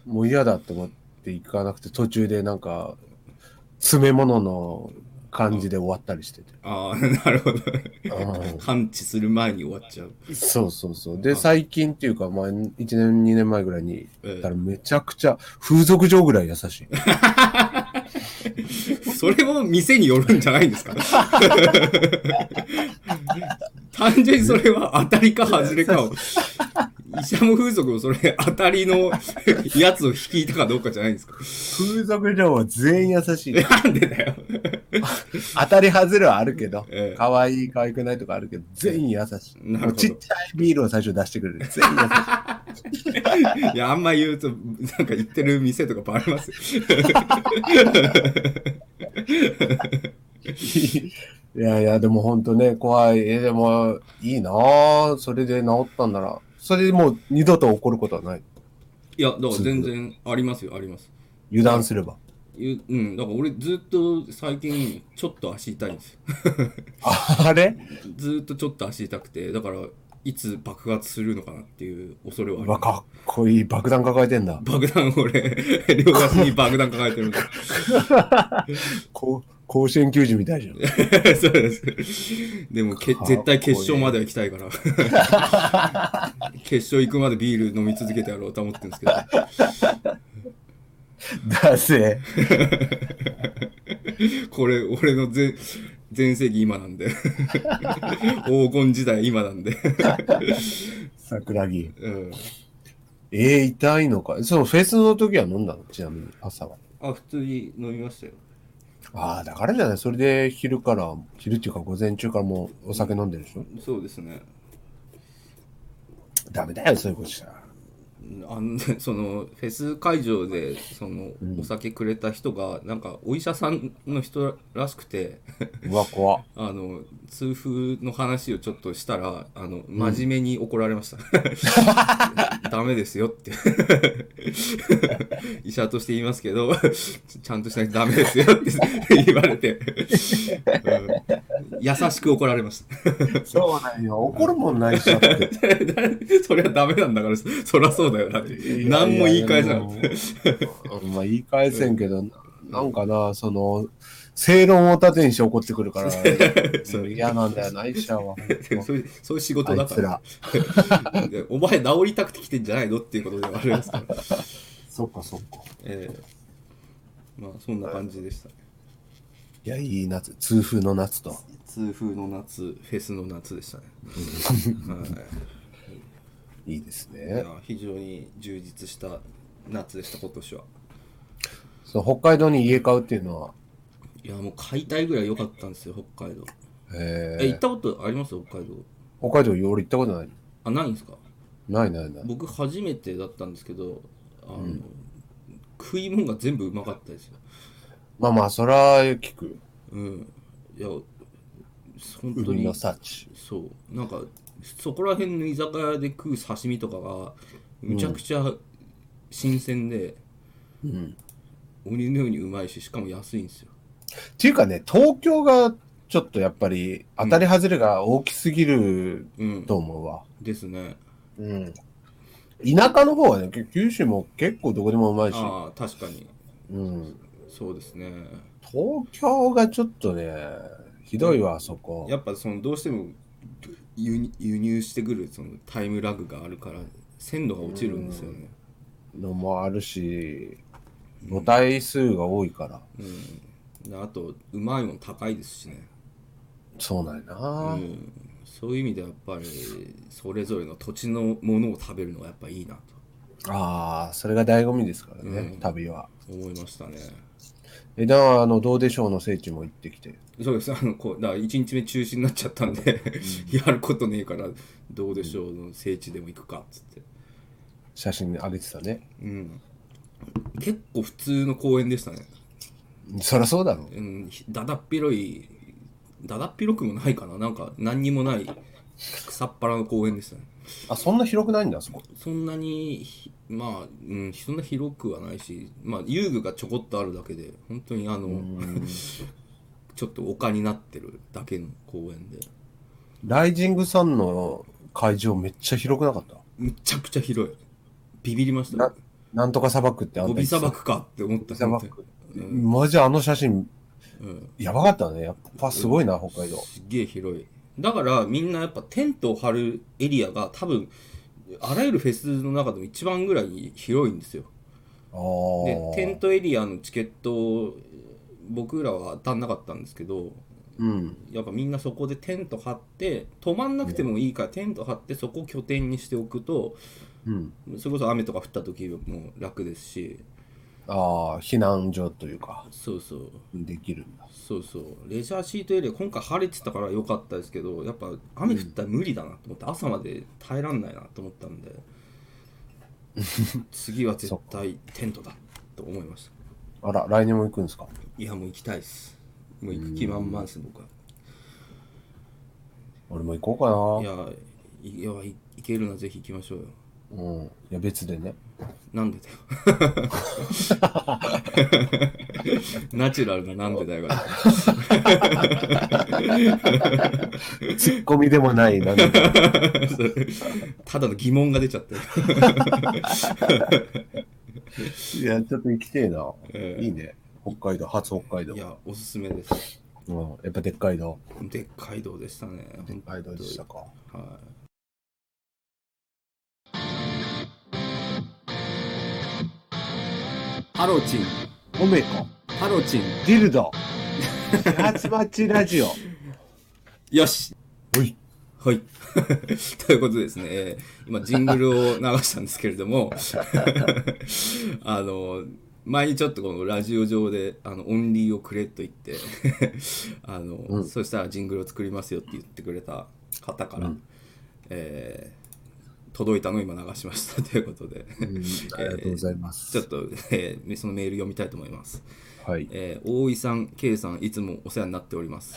D: もう嫌だって思って行かなくて途中でなんか詰め物の感じで終わったりしてて。
B: ああ、なるほど。
D: うん
B: [laughs] 完治する前に終わっちゃう。
D: そうそうそう。で、最近っていうか、まあ、1年、2年前ぐらいに、
B: ええ
D: だからめちゃくちゃ、風俗嬢ぐらい優しい。
B: それも店によるんじゃないんですか単純にそれは当たりか外れかを。医者も風俗もそれ当たりのやつを引いたかどうかじゃないんですか
D: 風俗嬢は全員優し
B: [laughs]
D: い。
B: なんでだよ。
D: 当たり外れはあるけど
B: ええ、
D: 可愛い可愛くないとかあるけど、全員優しい。
B: なるほど
D: もうちっちゃいビールを最初出してくれる。全員優しい。
B: いや、あんま言うと、なんか言ってる店とかバレますよ。
D: いやいや、でも本当ね、怖い。え、でも、いいなぁ。それで治ったんなら。それでもう二度と起こることはない。
B: いや、だから全然ありますよ、あります。
D: 油断すれ
B: [laughs]
D: ば。
B: いううん、だから俺ずっと最近ちょっと足痛いんですよ。
D: ああれ
B: ずーっとちょっと足痛くてだからいつ爆発するのかなっていう恐れはあ
D: う
B: り
D: わ、
B: ます
D: かっこいい。爆弾抱えてんだ。
B: 爆弾俺 [laughs] 両足に爆弾抱えてるんで
D: こう甲子園球児みたいじゃん。
B: [laughs] そうですでもけ
D: かっこいい
B: 絶対決勝までは行きたいから [laughs] 決勝行くまでビール飲み続けてやろうと思ってるんですけど
D: だぜ。
B: [laughs] これ、俺の全、全盛期今なんで。 [laughs] 黄金時代今なんで。
D: 桜木。
B: うん。
D: えー、痛いのか。そのフェスの時は飲んだのちなみに、朝は。
B: あ、普通に飲みましたよ。
D: ああ、だからじゃない。それで昼から、昼っていうか午前中からもうお酒飲んでるでしょ。
B: そうですね。
D: ダメだよ、そういうことしたら。
B: あんそのフェス会場でそのお酒くれた人がなんかお医者さんの人らしくて
D: うわ、怖っ
B: あの痛風の話をちょっとしたらあの真面目に怒ら
D: [laughs]
B: れました、ダメですよって [laughs] 医者として言いますけどちゃんとしないとダメですよって [laughs] 言われて、うん優しく怒られました [laughs]
D: そうなんよ。怒るもんないしだって。
B: それはダメなんだからそりゃそうだよなって [laughs] 何も言い返さなくて
D: うんまあ言い返せんけど、ななんかな、その、正論を盾にして怒ってくるから、
B: [laughs] そう
D: 嫌なんだよな、医者は。
B: [laughs] そういうそういう仕
D: あ
B: 事だ
D: い
B: か
D: つ
B: ら。
D: ら。
B: [laughs] でお前治りたくて来てんじゃないのっていうことではありますから。
D: そっかそっか。
B: ええまあそんな感じでした、ね。
D: いや、いい夏、痛風の夏と。
B: 痛風の夏、フェスの夏でしたね。
D: いいです
B: はい、い
D: ね。
B: や非常に充実した夏でした、今年は。
D: そう北海道に家買うっていうのは、
B: いや、もう買いたいぐらい良かったんですよ、北海道。
D: え
B: え、行ったことあります北海道。
D: 北海道より行ったことない。
B: あ、ないんですか
D: ないないない。
B: 僕初めてだったんですけど、あの、食い物が全部うまかったですよ。
D: まあまあ、そら聞くよ。
B: うん。いや、本当
D: 海
B: に
D: の。幸。
B: そうなんかそこら辺の居酒屋で食う刺身とかがむちゃくちゃ新鮮で、
D: うん。
B: 鬼のようにうまいししかも安いんですよ
D: っていうかね、東京がちょっとやっぱり当たり外れが大きすぎる
B: うん
D: と思うわ。
B: ですね
D: うん。田舎の方はね、き九州も結構どこでもうまいし、
B: ああ確かに
D: うん。
B: そうですね
D: 東京がちょっとね、ひどいわ、あそこ。
B: やっぱそのどうしても輸入輸入してくるそのタイムラグがあるから鮮度が落ちるんですよね
D: のもあるし、母体数が多いから。
B: であとうまいもん高いですしね
D: そうなんやな、
B: うんそういう意味ではやっぱりそれぞれの土地のものを食べるのがやっぱいいなと
D: ああ、それが醍醐味ですからね、
B: うん
D: 旅は。
B: 思いましたね
D: え、だからあの、どうでしょうの聖地も行ってきて。
B: そうですあのこうだから1日目中止になっちゃったんで [laughs] やることねえからどうでしょうの聖地でも行くかっつって、
D: 写真上げてたね。
B: うん、結構普通の公園でしたね、
D: そりゃそうだろう。
B: うん、ひだだっ広いだだっ広くもないかななんか何にもない草っぱらの公園でしたね
D: あ、そんな広くないんだ、あそこ。
B: そんなにひまあ、うん、そんな広くはないし、まあ、遊具がちょこっとあるだけで本当にあの [laughs] ちょっと丘になってるだけの公園で
D: ライジングサンの会場めっちゃ広くなかった。
B: むちゃくちゃ広いビビりました
D: ななんとか砂漠ってあん
B: ゴ
D: た言っ
B: ビ
D: てた
B: 砂漠かって思った
D: 砂漠
B: 本
D: マジあの写真、
B: 当にうん
D: やばかったね。やっぱすごいな、北海道。
B: すっげえ広いだからみんなやっぱテントを張るエリアが多分あらゆるフェスの中でも一番ぐらい広いんですよ
D: あ
B: で
D: ー
B: テントエリアのチケットを僕らは当たんなかったんですけど
D: うん。
B: やっぱみんなそこでテント張って泊まんなくてもいいからテント張ってそこを拠点にしておくと
D: うん。
B: それこそ雨とか降った時も楽ですし
D: ああ、避難所というか、
B: そうそう
D: できるんだ。
B: そうそうレジャーシートエリア今回晴れてたから良かったですけどやっぱ雨降ったら無理だなと思って、朝まで耐えらんないなと思ったんで次は絶対テントだと思いました
D: あら、来年も行くんですか
B: いやもう行きたいっすもう行く気満々です僕は
D: 俺も行こ
B: いやいやい行けるなぜひ行きましょうよ
D: うかな。うん。いや、別で
B: [laughs]
D: ね。
B: なんでだよナチュラルななんでだよが
D: ツッコミでもない、なん
B: [laughs]
D: でも
B: それただの疑問が出ちゃってる
D: いや、ちょっと行きてえな。
B: ええ
D: いいね。北海道、初北海道。
B: いやおすすめです
D: うん、やっぱでっかい道。
B: でっかい道でしたね
D: でっかい道でしたか。
B: はいハロチン、
D: おめえか。
B: ハロチン、
D: ディルド。ハチマチラジオ。
B: よし
D: おい。
B: はい。 [laughs] ということでですね、えー今、ジングルを流したんですけれども、 [laughs] あの、前にちょっとこのラジオ上で、あの、オンリーをくれと言って、 [laughs] あの、
D: ん
B: そしたらジングルを作りますよって言ってくれた方から、えー届いたのを今流しましたということで、
D: ありがとうございます。
B: ちょっと、えーそのメール読みたいと思います。
D: はい。
B: えー大井さん、K さん、いつもお世話になっており
D: [laughs]
B: ます。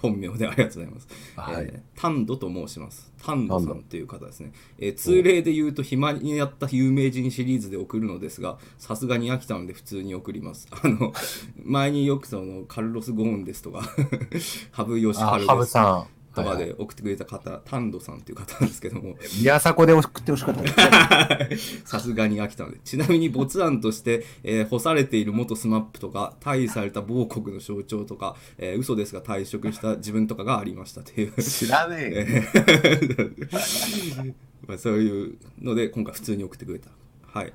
B: 本名でありがとうございます。
D: はい
B: えー、タンドと申します。タンドさんという方ですね。えー通例で言うと、暇にやった有名人シリーズで送るのですが、さすがに飽きたので普通に送ります。
D: [laughs]
B: あの、前によくその、カルロス・ゴーンですとか、 [laughs] 羽生善治
D: あ、
B: です
D: ハブさん。
B: とか
D: はい
B: で送ってくれた方、タンドさんという方なんですけども、
D: 宮迫で送ってほしかったです。
B: さすがに飽きたので。ちなみに没案として、えー干されている元スマップとか、退位された某国の象徴とか、えー嘘ですが退職した自分とかがありましたという。 [laughs]
D: 知らねえよ。
B: まあそういうので、今回普通に送ってくれた。はい。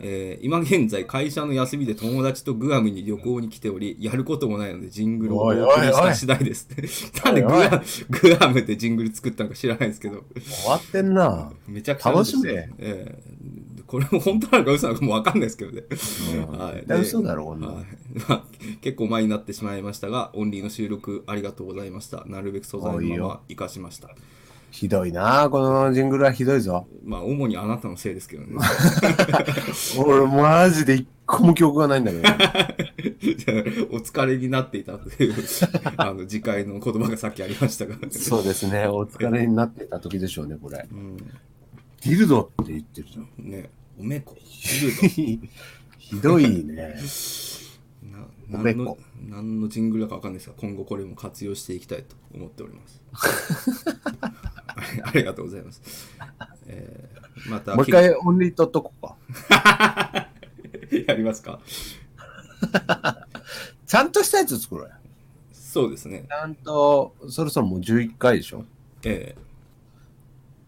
B: えー今現在、会社の休みで友達とグアムに旅行に来ており、やることもないので、ジングルをお送りした次第です。 [laughs] なんでグ
D: おいお
B: アグアムでジングル作ったのか知らないですけど。
D: 終わってんな。
B: めちゃくちゃ
D: 楽しみね
B: ええこれも本当なのか嘘なのかもわかんないですけどね。はい
D: 絶対嘘だろ、こんな
B: は
D: の
B: い。 [laughs] まあ、結構前になってしまいましたが、オンリーの収録ありがとうございました。なるべく素材のまま生かしました。
D: ひどいな、このジングルはひどいぞ。
B: まあ、主にあなたのせいですけどね。 [laughs]
D: 俺、マジで一個も記憶がないんだけど。
B: [laughs] お疲れになっていたという
D: [laughs]
B: あの次回の言葉がさっきありましたが。
D: そうですね、お疲れになってた時でしょうね、これ。ディルドって言ってるじゃん。
B: ね、おめこ。ルー
D: [laughs] ひどいね。
B: ド
D: お
B: な
D: めこ
B: 何の何のジングルだかわかんないですが、今後これも活用していきたいと思っております。 [laughs] ありがとうございます。えーまた、
D: もう一回オンリー取っとこうか。
B: [laughs] やりますか
D: ちゃんとしたやつ作ろうよ。
B: そうですね
D: ち。ゃんと、そろそろもう11回でしょ。
B: え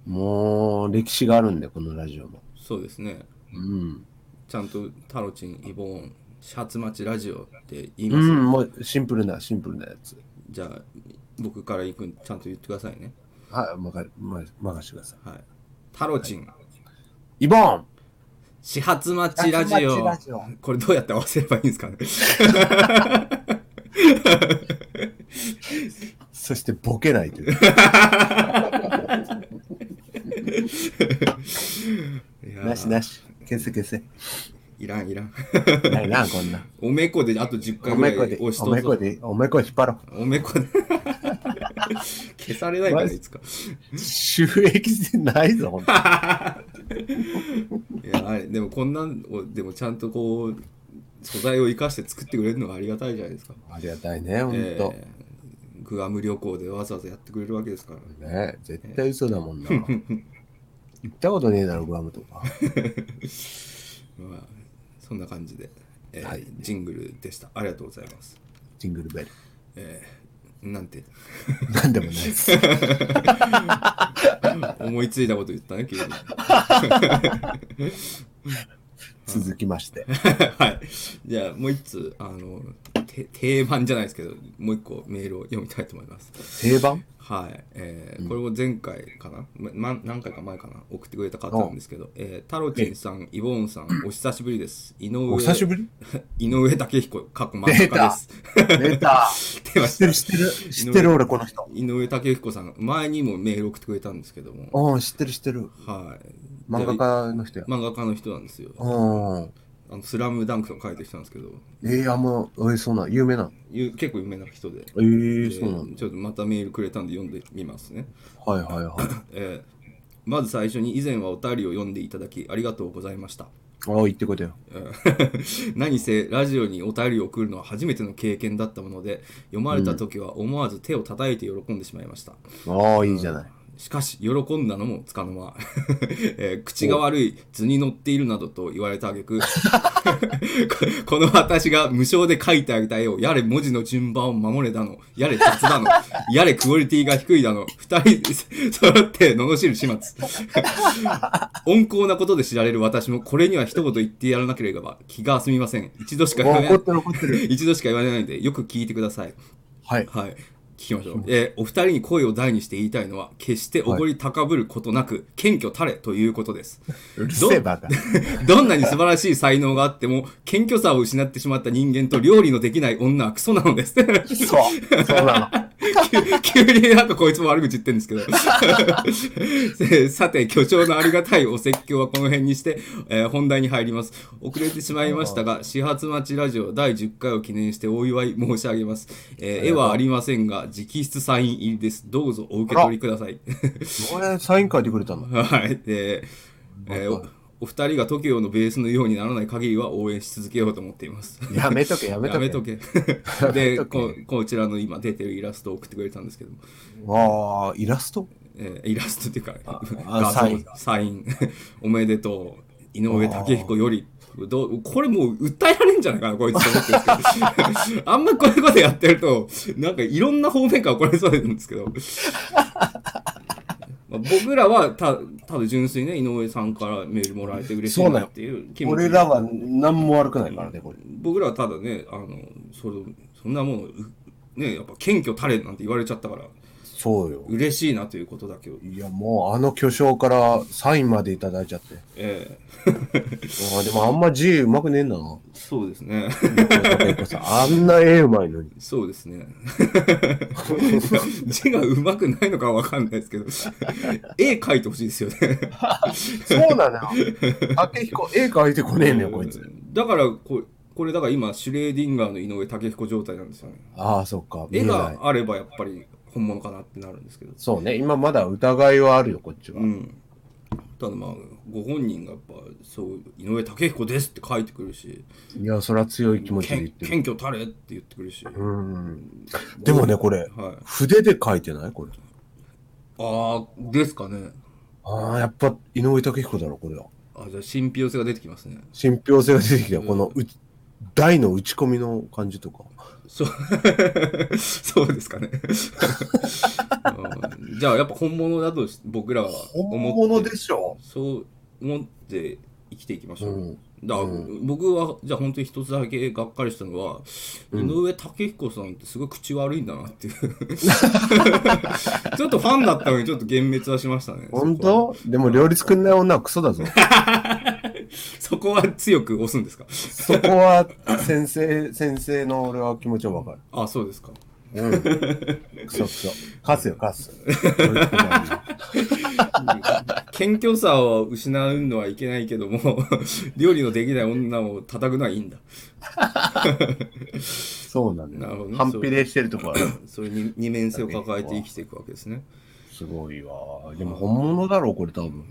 D: もう、歴史があるんで、このラジオも。
B: ーそうですね。
D: うん。
B: ちゃんとタロチン、イボーン、シャツマチラジオって言いうます。
D: ん、もうシンプルな、シンプルなやつ。
B: じゃあ、僕から行くん、ちゃんと言ってくださいね。
D: はい、任せ、任せてください。
B: はい。タロチン。
D: イボーン
B: 始発待ちラジ
D: 始
B: オ
D: 発待ちラジ
B: これどうやって合わせればいいんですかね
D: そしてボケないという。
B: [laughs] いやー
D: なしなし。消せ消せ。
B: いらんいらん
D: ないな、こんな。
B: おめこであと10
D: お
B: 回ぐら
D: め
B: い
D: こで、
B: 押し
D: お
B: と
D: めこ
B: く
D: で、おめこ引っ張ろ
B: おめこで [laughs] 消されないからいつか
D: う。収益性ないぞ、ほんと。
B: いやあれでもこんなんをでもちゃんとこう素材を生かして作ってくれるのがありがたいじゃないですか
D: ありがたいね、ほんと。
B: えーグアム旅行でわざわざやってくれるわけですから
D: ね絶対嘘だ
B: [laughs]
D: もんな。行ったことねえだろ、グアムとか。
B: まあ、そんな感じで、えー
D: はい
B: ジングルでしたありがとうございます
D: ジングルベル。
B: なんて
D: なんでもない
B: [laughs]
D: です。
B: 思いついたこと言ったね
D: [laughs]
B: 急に
D: 続きまして。
B: はい。じゃあ、もう一つ、あの、て定番じゃないですけど、もう一個メールを読みたいと思います。
D: 定番
B: はい。えーこれも前回かな、ま、ま何回か前かな送ってくれた方なんですけど、えー、タロチンさん、イボーンさん、お久しぶりです。井上、
D: お久しぶり
B: 井上武彦、過去漫画家です。
D: 出た
B: 出ま
D: 知ってる
B: し
D: 知っ
B: た
D: てる知ってる俺この人。
B: 井上武彦さん、前にもメール送ってくれたんですけども、
D: うん、知ってる知ってる。
B: はい。
D: 漫
B: 家
D: 画家の人や。
B: 漫画家の人なんですよ。
D: うん。
B: あのスラムダンクとか書いてる人なんですけど、
D: ええあもう、えー、そうなん、有名なん。
B: ゆ結構有名な人
D: え
B: で。
D: え
B: えー
D: そうなんだ。
B: ちょっとまたメールくれたんで読んでみますね。
D: はいはい [laughs] はい。
B: えーまず最初に以前はお便りを読んでいただきありがとうございました。
D: ああ、言ってこいだよ。
B: えー [laughs] 何せラジオにお便りを送るのは初めての経験だったもので読まれた時は思わず手を叩いて喜んでしまいました。
D: ああ、いいじゃない。
B: しかし、喜んだのもつかの間、 [laughs] えー口が悪い、図に乗っているなどと言われた挙句 [laughs] ここの私が無償で書いてあげた絵を、やれ文字の順番を守れだの、やれ雑だの、やれクオリティが低いだの、二人 [laughs] 揃って罵る始末。温厚なことで知られる私も、これには一言言ってやらなければ気が済みません。一度しか言わ
D: もう怒
B: ない
D: ってる怒ってる。
B: 一度しか言われないので、よく聞いてください。
D: はい。
B: はい。聞きましょう。えーお二人に声を大にして言いたいのは、決しておごり高ぶることなく、謙虚たれということです。 [laughs]
D: うるせえバカ。
B: どんなに素晴らしい才能があっても、謙虚さを失ってしまった人間と料理のできない女はクソなのです。
D: そう。そうなの。
B: [laughs] 急急になんかこいつも悪口言ってるんですけど。え [laughs] さて、巨匠のありがたいお説教はこの辺にして、えー本題に入ります。遅れてしまいましたが、始発待ちラジオ第10回を記念してお祝い申し上げます。えー絵はありませんが、直筆サイン入りです。どうぞお受け取りください。
D: 俺、サイン書いてくれたんだ。
B: [laughs] はい。で、えーおお二人が TOKIO のベースのようにならない限りは応援し続けようと思っています。
D: やめとけ、やめとけ。
B: [laughs] やめとけ。
D: やめ
B: で
D: とけ
B: こ、こちらの今出てるイラストを送ってくれたんですけども、
D: わあ、イラスト
B: えーイラストっていうか、
D: あ
B: 画像
D: サイン
B: サイン [laughs] おめでとう。井上武彦より。どうこれもう訴えられんじゃないかな、こいつと思ってるんですけど。あ [laughs] んまこういうことやってると、なんかいろんな方面から怒られそうなんですけど。 [laughs] まあ僕らはた、ただ純粋にね、井上さんからメールもらえて嬉しいなっていう気持ち
D: 俺らは何も悪くないからね、これ。
B: 僕らはただね、あの、そのそんなもの、うね、やっぱ謙虚たれなんて言われちゃったから、
D: そうよ。
B: 嬉しいなということだけを。
D: いや、もうあの巨匠からサインまでいただいちゃって。
B: ええ
D: あでもあんま字うまくねえんだな。
B: そうですね。
D: あんな絵うまいのに。
B: そうで
D: [laughs]
B: すね。字が上手くないのかわかんないですけど、絵描いてほしいですよね。
D: そうなのよ。竹彦、絵描いてこねえのよ、こいつ。
B: だからこ、これだから今、シュレーディンガーの井上武彦状態なんですよね。
D: ああ、そっか。見え
B: 絵
D: ない
B: があればやっぱり本物かなってなるんですけど。
D: そうね、今まだ疑いはあるよ、こっちは
B: う。ん。ただまあ、ご本人がやっぱ、そう、井上武彦ですって書いてくるし、
D: いや、そりゃ強い気持ちで言
B: 謙
D: ってる。
B: 謙虚たれって言ってくるし。
D: うん。でもね、これ、
B: はい。
D: 筆で描いてないこれ。
B: ああ、ですかね。
D: ああ、やっぱ井上武彦だろ、これは。
B: あじゃあ、信憑性が出てきますね。
D: 信憑性が出てきたよ、このう、台の打ち込みの感じとか。
B: そう [laughs] そうですかね、うんじゃあやっぱ本物だとし僕らは思って
D: しょ
B: そう思って生きていきましょう、
D: うん
B: だから僕はじゃあ本当に一つだけがっかりしたのは、井上武彦さんってすごい口悪いんだなっていう [laughs] ちょっとファンだったのにちょっと幻滅はしましたね
D: 本当でも両立くんない女はクソだぞ。
B: そこは強く押すんですか
D: そこは先生、 [laughs] 先生の俺は気持ちはわかる。
B: あそうですか
D: うん。クソクソ。勝つよ、勝 [laughs] つ。両立くんない女
B: [laughs] 謙虚さを失うのはいけないけども [laughs] 料理のできない女を叩くのはいいんだ
D: そうなんだ
B: なるほど
D: よ。
B: ね
D: 反比例してるとこはある。
B: そういうに二面性を抱えて生きていくわけですね [laughs]
D: すごいわ。でも本物だろ、これ多分。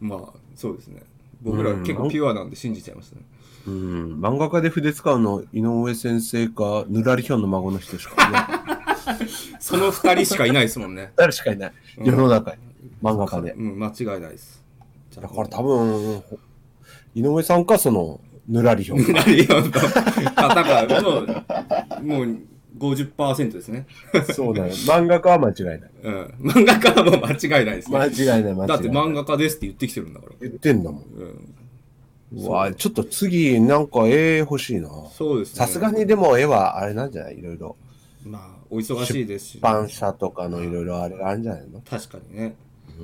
B: まあそうですね僕ら結構ピュアなんで信じちゃいますね
D: うん。漫画家で筆使うの、井上先生か、ぬらりひょんの孫の人しかいない。
B: その二人しかいないですもんね [laughs]
D: 誰しかいない。世の中に。漫画家で。
B: うん間違いないです
D: だから多分、井上さんか、その、ぬらり [laughs] ひょん。
B: 分何 [laughs] よ叩かもうもう50%ですね、 [laughs]
D: そうだよ。漫画家は間違いない。
B: うん、漫画家はもう間違いないですね
D: 間違いない、間違いない。
B: だって漫画家ですって言ってきてるんだから、
D: 言ってんだもん。
B: うん、
D: うわちょっと次、なんか絵欲しいな。
B: そうですね
D: さすがにでも絵はあれなんじゃないいろいろ。
B: まあお忙しいですし
D: 出版社とかのいろいろあれがあるんじゃないの
B: 確かにね、
D: う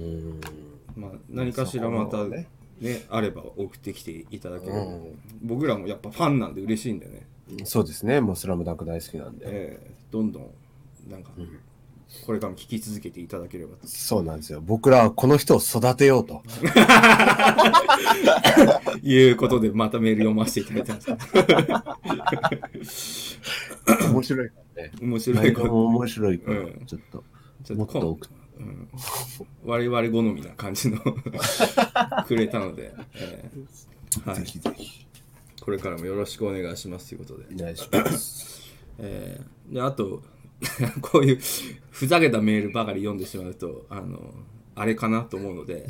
D: ん。
B: まあ、何かしらま
D: そ
B: た
D: うね
B: ねあれば送ってきていただければ、
D: うん
B: 僕らもやっぱファンなんで嬉しいんでね、
D: そうですね。もうスラムダンク大好きなんで。
B: ええどんどんなんか、これからも聞き続けていただければと
D: そうなんですよ。僕らはこの人を育てよう
B: [laughs]
D: と。
B: いうことでまたメール読ませていただいたんです [laughs] けど
D: 面白いからね。
B: 面白
D: 内
B: い
D: 容
B: こと
D: も面白いから、
B: うん
D: ちょっと。
B: ちょ
D: もっ
B: こと
D: 送っ
B: うん、我々好みな感じの [laughs] くれたので、ええは
D: ぜ
B: い、
D: ひぜひ。
B: これからもよろしくお願いしますということで
D: お願いします。
B: えーであと [laughs] こういうふざけたメールばかり読んでしまうと、あの、あれかなと思うので、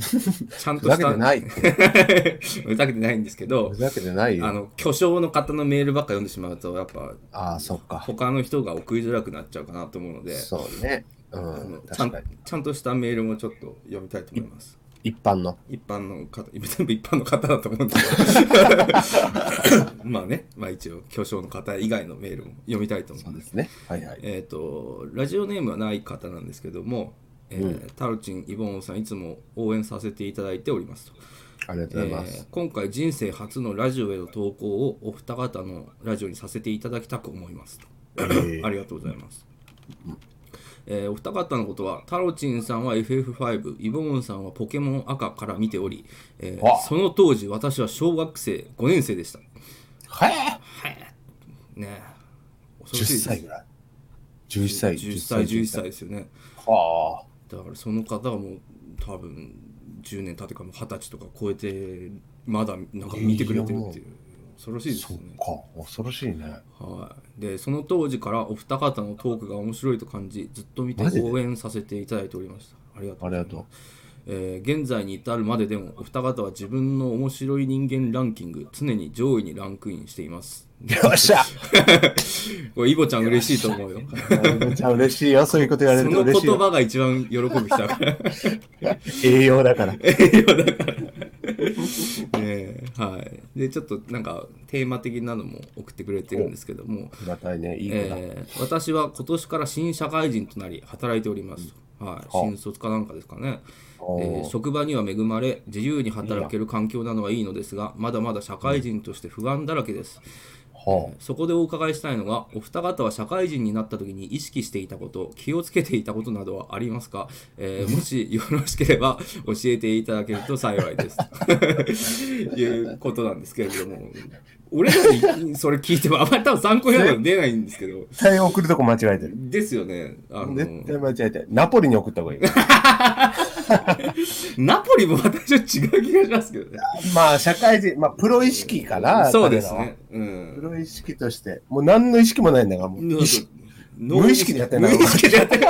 B: ちゃん
D: ふ
B: と
D: ざ
B: し
D: け
B: た。
D: てないって。
B: [laughs] ふざけてないんですけど
D: ふ、ざけてない
B: あ
D: よ。
B: の、巨匠の方のメールばっか読んでしまうと、やっぱ、
D: ああ、そっか。
B: 他の人が送りづらくなっちゃうかなと思うので、
D: そうね。う
B: あの
D: ん、
B: ちゃ
D: 確
B: ん
D: かに。
B: ちゃんとしたメールもちょっと読みたいと思います。
D: 一般の。
B: 一般の方、 [laughs] 全部一般の方だと思うんです [laughs] けど、まあね、まあ一応、巨匠の方以外のメールも読みたいと思い
D: そう
B: ま。
D: ですすね。はいはい。
B: えっ、と、ラジオネームはない方なんですけども、えータロチン、イボンオさん、いつも応援させていただいておりますと。
D: ありがとうございま
B: えー
D: す。
B: 今回人生初のラジオへの投稿をお二方のラジオにさせていただきたく思いますと
D: え
B: ありがとうございます。えーお二方のことは、タロチンさんは FF5、イボモンさんはポケモン赤から見ており、えー
D: わあ
B: その当時、私は小学生5年生でした。
D: はい
B: ねえ、恐
D: 10歳ぐらい。11歳。
B: 10歳、11歳。ですよね。
D: はあ。
B: だからその方がもう多分10年経ってからもう20歳とか超えて、まだなんか見てくれてるっていう、恐ろしいです
D: そ
B: よ
D: っ
B: ね。
D: か。恐ろしいね。
B: はい、でその当時からお二方のトークが面白いと感じずっと見て
D: マジで
B: 応援させていただいておりましたありがとう
D: ありがとう。
B: えー現在に至るまででもお二方は自分の面白い人間ランキング常に上位にランクインしています
D: [laughs] よっしゃ
B: これイボちゃん嬉しいと思うよ
D: めちゃ嬉しいよ。そういうこと言われ
B: そ
D: ると
B: の
D: 嬉しい
B: 言
D: よ。
B: 葉が一番喜ぶ人だ [laughs] から
D: 栄養だから。
B: ねはいでちょっとなんかテーマ的なのも送ってくれてるんですけども
D: ありがたいね。いい子だ。
B: えー私は今年から新社会人となり働いております、はい、新卒かなんかですかね、
D: おー
B: えー職場には恵まれ自由に働ける環境なのはいいのですがまだまだ社会人として不安だらけです、
D: は
B: そこでお伺いしたいのがお二方は社会人になった時に意識していたこと気をつけていたことなどはありますか、え
D: [laughs]
B: ーもしよろしければ教えていただけると幸いです [laughs] ということなんですけれども俺らにそれ聞いてもあまり多分参考になるの出ないんですけど
D: 絶対送るとこ間違えてる。
B: ですよね。あの
D: 絶対間違えてる。ナポリに送った方がいい。
B: ナポリも私は違う気がしますけどね。
D: まあ、社会人、まあ、プロ意識かな。
B: そうです
D: 彼らは
B: ね。う
D: プ
B: ん。
D: ロ意識として。もう何の意識もないんだから、もう。意識無意識でやってん
B: る
D: だ
B: 無意識でやってる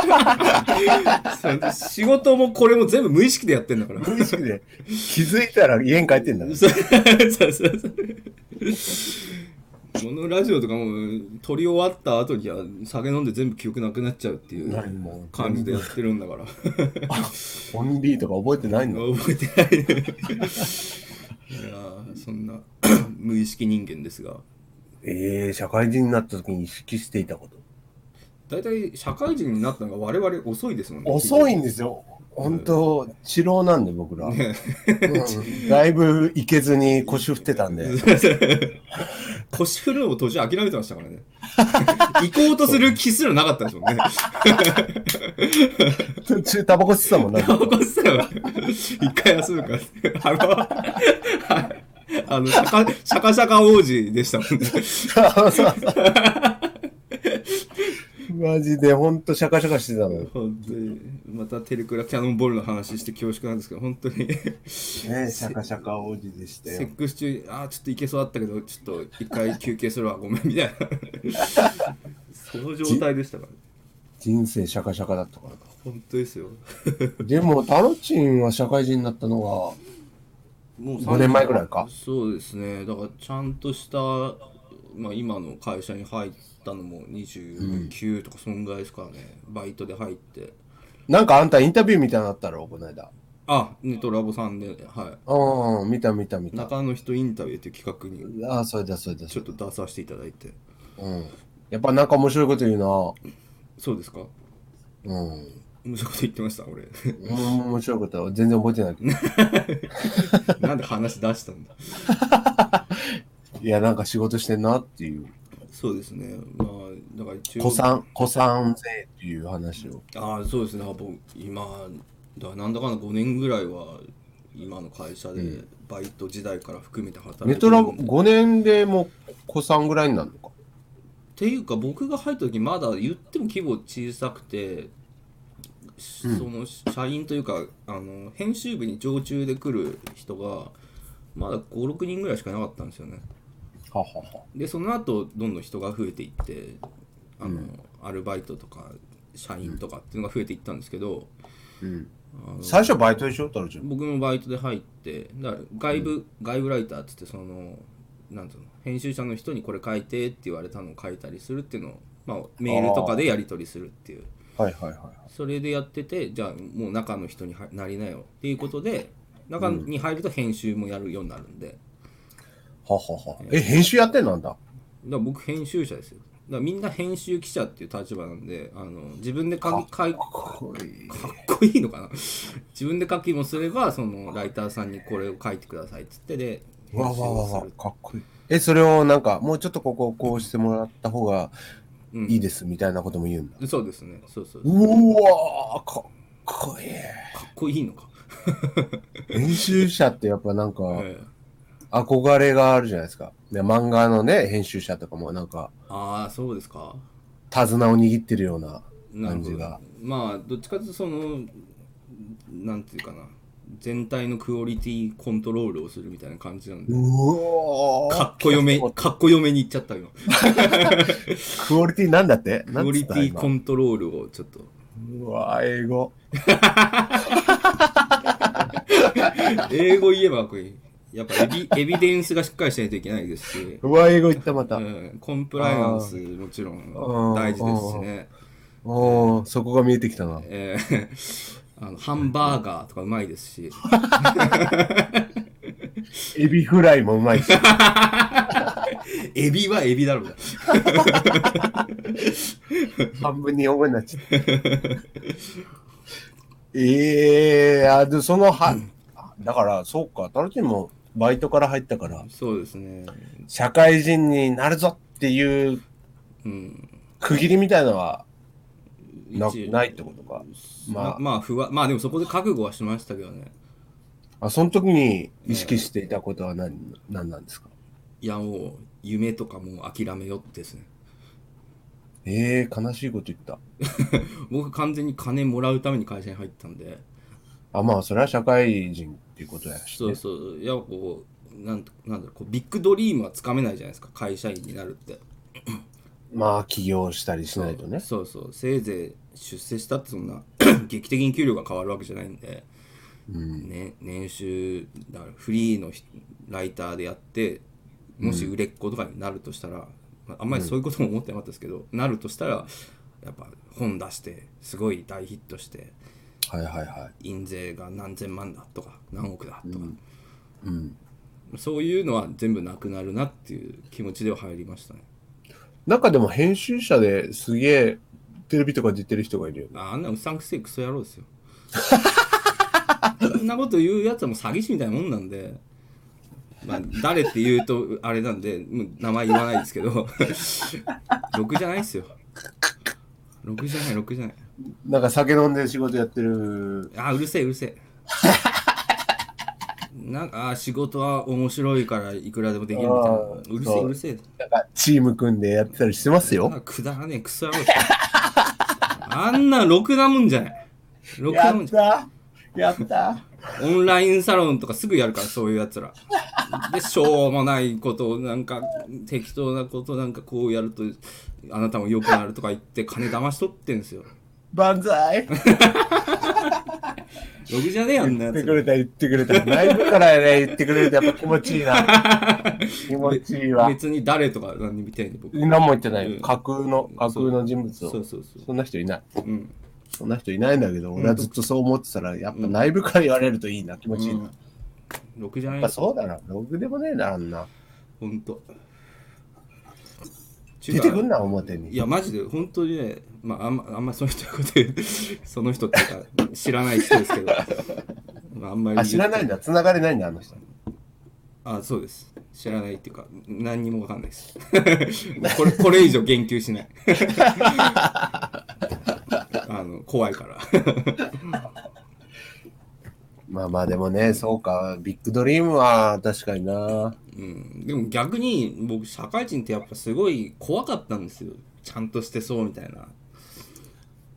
B: そう仕事もこれも全部無意識でやってんだから。
D: 無意識で。気づいたら家に帰ってんだから。
B: そうそうそうそう。このラジオとかも撮り終わった後には酒飲んで全部記憶なくなっちゃうってい
D: ないも
B: うん感じでやってるんだから。
D: オンリーとか覚えてないんだ。
B: 覚えてない、ね、いやーそんな [clears throat] 無意識人間ですが
D: ええ社会人になった時に意識していたこと。
B: 大体社会人になったのが我々遅いですもんね
D: 遅いんですよ。本当、治療なんで僕ら。うんだいぶ行けずに腰振ってたんで。
B: [laughs]
D: [laughs]
B: 腰振るのも途中諦めてましたからね [laughs] 行こうとする気すらなかったですもんね [laughs]
D: 途中タバコ吸ってたもんな。
B: タバコ吸ったら一回休むからってあのはいあのシャカシャカシャカ王子でしたも
D: [laughs]
B: んね
D: マジで本当シャカシャカしてたのよ。
B: 本当にまたテレクラキャノンボールの話して恐縮なんですけど本当に
D: ねシャカシャカ王子でした
B: セックス中に、ああ、ちょっと行けそうだったけど、ちょっと一回休憩するわ、ごめん、みたいな。
D: [laughs]
B: その状態でしたからね。
D: 人生シャカシャカだったからな
B: 本当ですよ。
D: でも、タロチンは社会人になったのが、
B: もう
D: 5年前ぐらいか
B: そうですね。だから、ちゃんとした、まあ、今の会社に入ったのも29とか、そんぐらいですからね。バイトで入って。
D: なんかあんたインタビューみたいなのあったろ、この間。
B: あ、ネトラボさんで、は
D: うん、見た見た見
B: い。
D: た。
B: 中の人インタビューっていう企画に、
D: ああ、それだそれだ。
B: ちょっと出させていただいて。
D: うん。やっぱなんか面白いこと言うな。
B: そうですか
D: うん。
B: 面白いこと言ってました、俺。 [laughs]
D: うん面白いことは全然覚えてないけど。
B: なんで話出したんだ
D: いや、なんか仕事してんなっていう。
B: そうですね。まあ、だから一応。
D: 古参、古参税っていう話を。
B: ああ、そうですね。僕、今、だなんだかんだ5年ぐらいは、今の会社で、バイト時代から含めて働いてるんで
D: メトラ5年でもう古参ぐらいになるのか。
B: っていうか、僕が入った時、まだ言っても規模小さくて、その、社員というか、あの、編集部に常駐で来る人が、まだ5、6人ぐらいしかいなかったんですよね。
D: ははは。
B: でその後どんどん人が増えていってあの、アルバイトとか社員とかっていうのが増えていったんですけど、
D: うん
B: あの
D: 最初バイトでしょ、太郎ちゃん。
B: 僕もバイトで入ってだから外部、外部ライターっつってそのなんつうの編集者の人にこれ書いてって言われたのを書いたりするっていうのを、まあ、メールとかでやり取りするっていう
D: はいはいは
B: それでやっててじゃあもう中の人にはなりなよっていうことで中に入ると編集もやるようになるんで、
D: い。ははは。え、編集やってんのあんだ。
B: だから僕編集者ですよだからみんな編集記者っていう立場なんであの自分で書き書いかっこいいのかな [laughs] 自分で書きもすればそのライターさんにこれを書いてくださいっつってで
D: わわわ
B: 編集を
D: わ
B: する、
D: かっこいい。え、それをなんか、もうちょっとここをこうしてもらった方が
B: うん
D: いいですみたいなことも言うんだ。
B: そうですねそうそうか
D: うわー、かっこいい。
B: っこいいのか、
D: 編集者ってやっぱなんか、
B: ええ
D: 憧れがあるじゃないですか。で漫画のね、編集者とかもなんか、
B: ああそうですか
D: 手綱を握ってるような
B: なん
D: 感
B: て
D: じ
B: いう
D: が
B: か。まあどっちかというとそのなんていうかな全体のクオリティコントロールをするみたいな感じなんで
D: うおー
B: かっこよめかっこよめにいっちゃった今
D: クオリティなんだってなんつった
B: クオリティコ
D: 今
B: ントロールをちょっと
D: うわー、英語。
B: 英語言えばこれやっぱエビエビデンスがしっかりしないといけないですし、
D: うわー、英語言ったまた。
B: うん、コンプライアンスもちろん大事ですしね、
D: おー、そこが見えてきたな。
B: えー [laughs] あのハンバーガーとかうまいですし
D: エビフライもうま
B: [laughs]
D: いし。
B: エビはエビだろうが
D: 半分日本語になっちゃ
B: [laughs]
D: った。ええー、あでそのは、だから、そうか、タロチンもバイトから入ったから、
B: そうですね
D: 社会人になるぞっていう
B: うん
D: 区切りみたいなのはな
B: 一応
D: ないってことか。ま
B: ま
D: あ
B: あ、まあ不安まあでもそこで覚悟はしましたけどね
D: あ、その時に意識していたことは何,、何なんですか
B: いやもう夢とかもう諦めよってですね
D: ええー、悲しいこと言った。
B: 僕完全に金もらうために会社に入ったんで
D: あ、まあ、それは社会人っていうことやし、
B: そ
D: ね
B: う。そういやこうなんなんだろうこうビッグドリームはつかめないじゃないですか会社員になるって
D: まあ、起業したりしないとね。
B: そうそうせいぜい出世したってそんな [clears throat] 劇的に給料が変わるわけじゃないんで、ね、年収だからフリーのひライターでやってもし売れっ子とかになるとしたら、まああんまりそういうことも思ってなかったですけど、なるとしたらやっぱ本出してすごい大ヒットして
D: はいはいはい。
B: 印税が何千万だとか何億だとか、
D: うん。
B: そういうのは全部なくなるなっていう気持ちでは入りましたね
D: なんかでも編集者ですげえテレビとか出てる人がいるよね。
B: ああんなうさんくせえクソ野郎ですよそんなこと言うやつはもう詐欺師みたいなもんなんで、まあ、誰って言うとあれなんでもう名前言わないですけどろくじゃないですよろくじゃないろくじゃない
D: なんか酒飲んで仕事やってる。
B: あーうるせえうるせえなんかあー仕事は面白いからいくらでもできるみたいな
D: あー
B: うるせえ
D: そう
B: うるせえ
D: なんかチーム組んでやってたりしてます
B: あ
D: よ。
B: くだらねえクソ野郎ですよあんなろくなもんじゃないろくなもんじゃない
D: たやった
B: オンラインサロンとかすぐやるから、そういうやつら。で、しょうもないことを、なんか、適当なことなんかこうやると、あなたも良くなるとか言って、金騙し取ってんですよ。
D: 万歳
B: ろくじゃねえよ、あん
D: 言
B: なや
D: って
B: つ
D: く
B: ら。
D: れた言ってくれた。内部からね言ってくれるとやっぱ気持ちいい [laughs] な。気持ちいいわ。
B: 別に誰とか何みたいに僕。
D: 何も言ってない
B: うん
D: よ。架空の、架空の人物
B: そう
D: を。
B: そうそう。
D: そんな人いない。
B: うん。
D: そんな人いないんだけど、俺はずっとそう思ってたら、やっぱ内部から言われるといいな、気持ちいいな。やっ
B: ろくじゃない
D: ぱそうだな。ログでもねえな、あんな。
B: ほんと。
D: 出てくんな、表に
B: い。や、マジで、本当にね、まあ、あんま、あんまそういう人のこと言う、その人っていうか、知らない人ですけど、まあ、あんまり。
D: あ、知らないんだ。繋がれないんだ、あの人。
B: あそうです知らないっていうか何にもわかんないです [laughs] これこれ以上言及しない [laughs] あの怖いから
D: まあまあ、でもね、そうか。ビッグドリームは確かにな。
B: うんでも逆に僕社会人ってやっぱすごい怖かったんですよちゃんとしてそうみたいな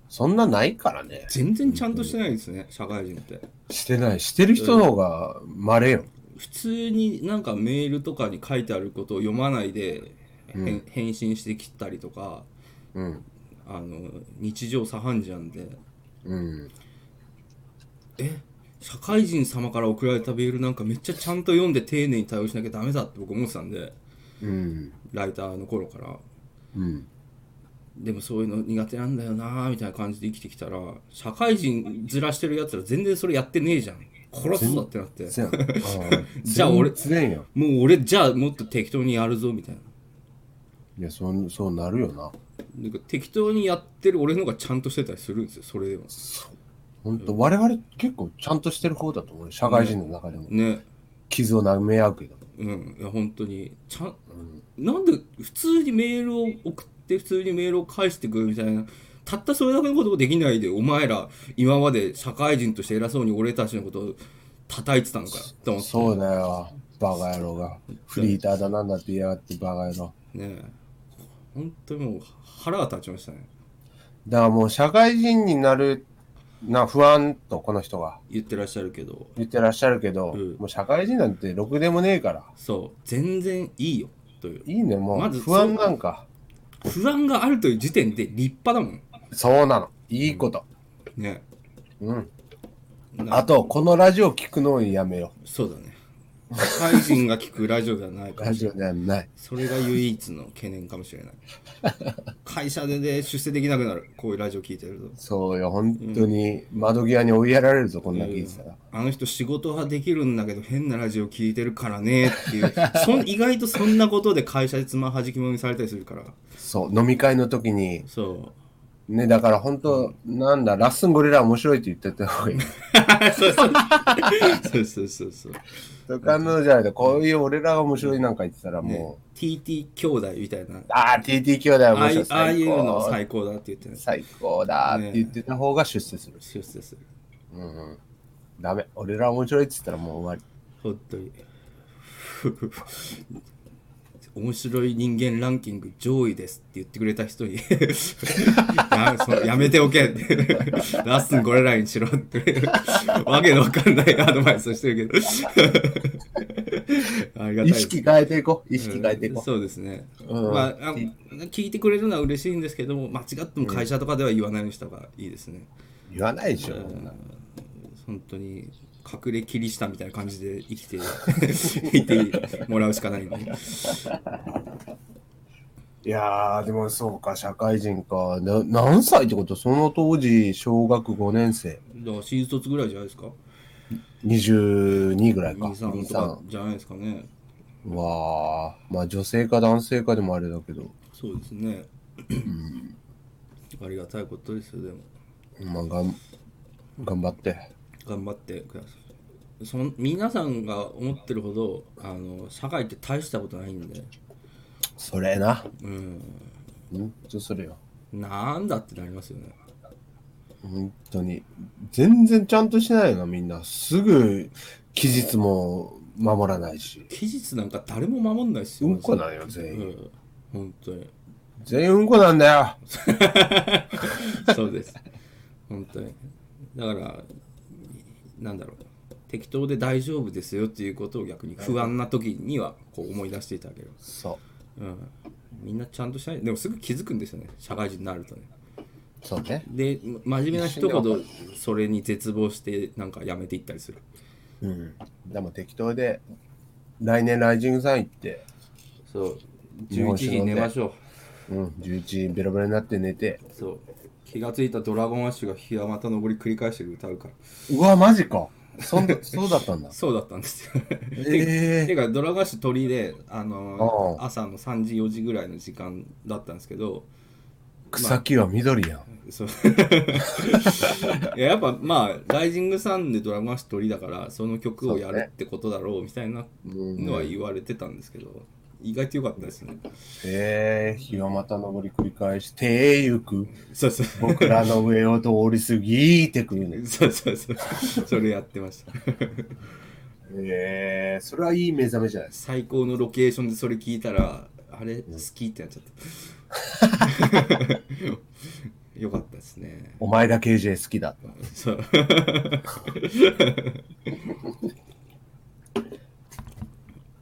D: そんなないからね。
B: 全然ちゃんとしてないですね社会人って
D: してない。してる人の方が稀よ。
B: 普通になんかメールとかに書いてあることを読まないで、へん返信してきたりとか
D: うん。
B: あの日常茶飯事なんで
D: うん。
B: え社会人様から送られたメールなんかめっちゃちゃんと読んで丁寧に対応しなきゃダメだって僕思ってたんで
D: うん。
B: ライターの頃から
D: うん。
B: でもそういうの苦手なんだよなーみたいな感じで生きてきたら社会人ずらしてるやつら全然それやってねえじゃん殺すぞってなっ
D: [laughs]
B: て
D: せやん。
B: じゃあ俺
D: つれんよ。
B: もう俺じゃあもっと適当にやるぞみたいない
D: や、そんそうなるよな。
B: なんか適当にやってる俺の方がちゃんとしてたりするんですよそれでも
D: 本当我々結構ちゃんとしてる方だと思うよ。社会人の中でも。
B: ね
D: 傷を舐め合うけど。
B: うんいや本当にちゃんなんで普通にメールを送って普通にメールを返してくるみたいなたったそれだけのこともできないでお前ら今まで社会人として偉そうに俺たちのことを叩いてたのかよって思って
D: そうだよ。バカ野郎が。フリーターだなんだって言いやがってバカ野郎。
B: ねえ本当にもう腹が立ちましたね
D: だからもう社会人になるな不安とこの人が
B: 言ってらっしゃるけど
D: 言ってらっしゃるけど、
B: うん
D: もう社会人なんてろくでもねえから。
B: そう全然いいよという
D: いいね、もう、
B: まず
D: 不安なんか。
B: 不安があるという時点で立派だもん
D: そうなの。いいこと。
B: ね
D: うん。
B: な
D: あと、このラジオ聞くのをやめよ。
B: そうだね社会人が聞くラジオではないうか
D: ラ
B: ら
D: ジオではない。
B: それが唯一の懸念かもしれない会社で、ね、出世できなくなるこういうラジオ聞いてると
D: そうよ、本当に窓際に追いやられるぞ、こんな聞いてたら。
B: あの人仕事はできるんだけど変なラジオ聞いてるからねっていうそん意外とそんなことで会社でつまはじきもみされたりするから
D: そう、飲み会の時に、
B: そう [laughs]
D: ね、だから本当、なんだ、ラッスンゴリラ面白いって言ってた方
B: [laughs]
D: がいい。
B: そうそうそうそうそうそ
D: と
B: う。
D: かのじゃないと、こういう俺らが面白いなんか言ってたら
B: ね
D: も
B: TT 兄弟みたいな。
D: う、ああ、TT 兄弟は
B: ああ
D: 面
B: い
D: 白
B: う
D: い。
B: ああい
D: 最
B: うの
D: 高。
B: 最高だって言ってね
D: 最高だって言ってた方が出世する。
B: 出世する。
D: うんうん。ダメ。俺ら面白いって言ったらもう終わり。
B: 本当に。 [laughs] 面白い人間ランキング上位ですって言ってくれた人に [laughs] やそのやめておけって [laughs] ラッスンこれらにしろって [laughs] わけのわかんないアドバイスをしてるけど [laughs] ありがたい
D: 意
B: です
D: 識変えていこう。意識変えていこ
B: そうですね、
D: うん
B: まああ聞いてくれるのは嬉しいんですけども間違っても会社とかでは言わないようにした方がいいですね、
D: う。言わないでしょ。こんな
B: 本当に隠れキリシタンみたいな感じで生きていてもらうしかないんで
D: いやー、でもそうか、社会人か。な何歳ってことその当時、小学5年生。
B: だから新卒ぐらいじゃないですか
D: 22ぐらいか。
B: 23とかじゃないですかね
D: 23わー。まあ女性か男性かでもあれだけど。
B: そうですねありがたいことですよでも
D: まあ、がん頑張って。
B: 頑張ってくださいそん皆さんが思ってるほどあの社会って大したことないんで
D: それな。
B: うん
D: うんとそれよ。
B: なんだってなりますよね。
D: 本当に。全然ちゃんとしないよな、みんな。すぐ、期日も守らないし。
B: 期日なんか誰も守んないっす
D: う
B: よ。
D: んこなんんよ、全
B: う
D: 員。
B: ん、本当に。
D: 全員うんこなんだよ。
B: [laughs] そうです。本当に。だから、なんだろう。適当で大丈夫ですよっていうことを逆に不安な時にはこう思い出していただければ。
D: そ
B: うん。みんなちゃんとしない。でもすぐ気づくんですよね。社会人になるとね。
D: う。そうね。
B: で、真面目な人ほどそれに絶望してなんかやめていったりする。
D: うん。でも適当で、来年ライジングさん行って、
B: そう。
D: 日本
B: 11
D: 酒
B: 時
D: 飲んで
B: 寝ましょう。
D: うん、11時ベロベロになって寝て。
B: そう気がついたドラゴンアッシュが日はまた登り繰り返してる歌うから
D: うわ、マジか。そんそうだったんだ。
B: そうだったんですよ
D: え
B: てかドラゴンアッシュ鳥で、あのー
D: あ
B: 朝の3時4時ぐらいの時間だったんですけど
D: 草木は緑やん。
B: そう [laughs] いややっぱまあ「ライジングサン」でドラゴンアッシュ鳥だからその曲をやるってことだろうみたいなのは言われてたんですけど、意外と良かったですね
D: えー、日はまた登り繰り返してゆく。
B: そうそう
D: 僕らの上を通り過ぎてくるね。
B: そうそうそうそれやってました
D: えー、それはいい目覚めじゃないですか。
B: 最高のロケーションでそれ聞いたらあれ好きってなっちゃった。 [laughs] よかったですね。
D: お前が KJ 好きだと。
B: そう。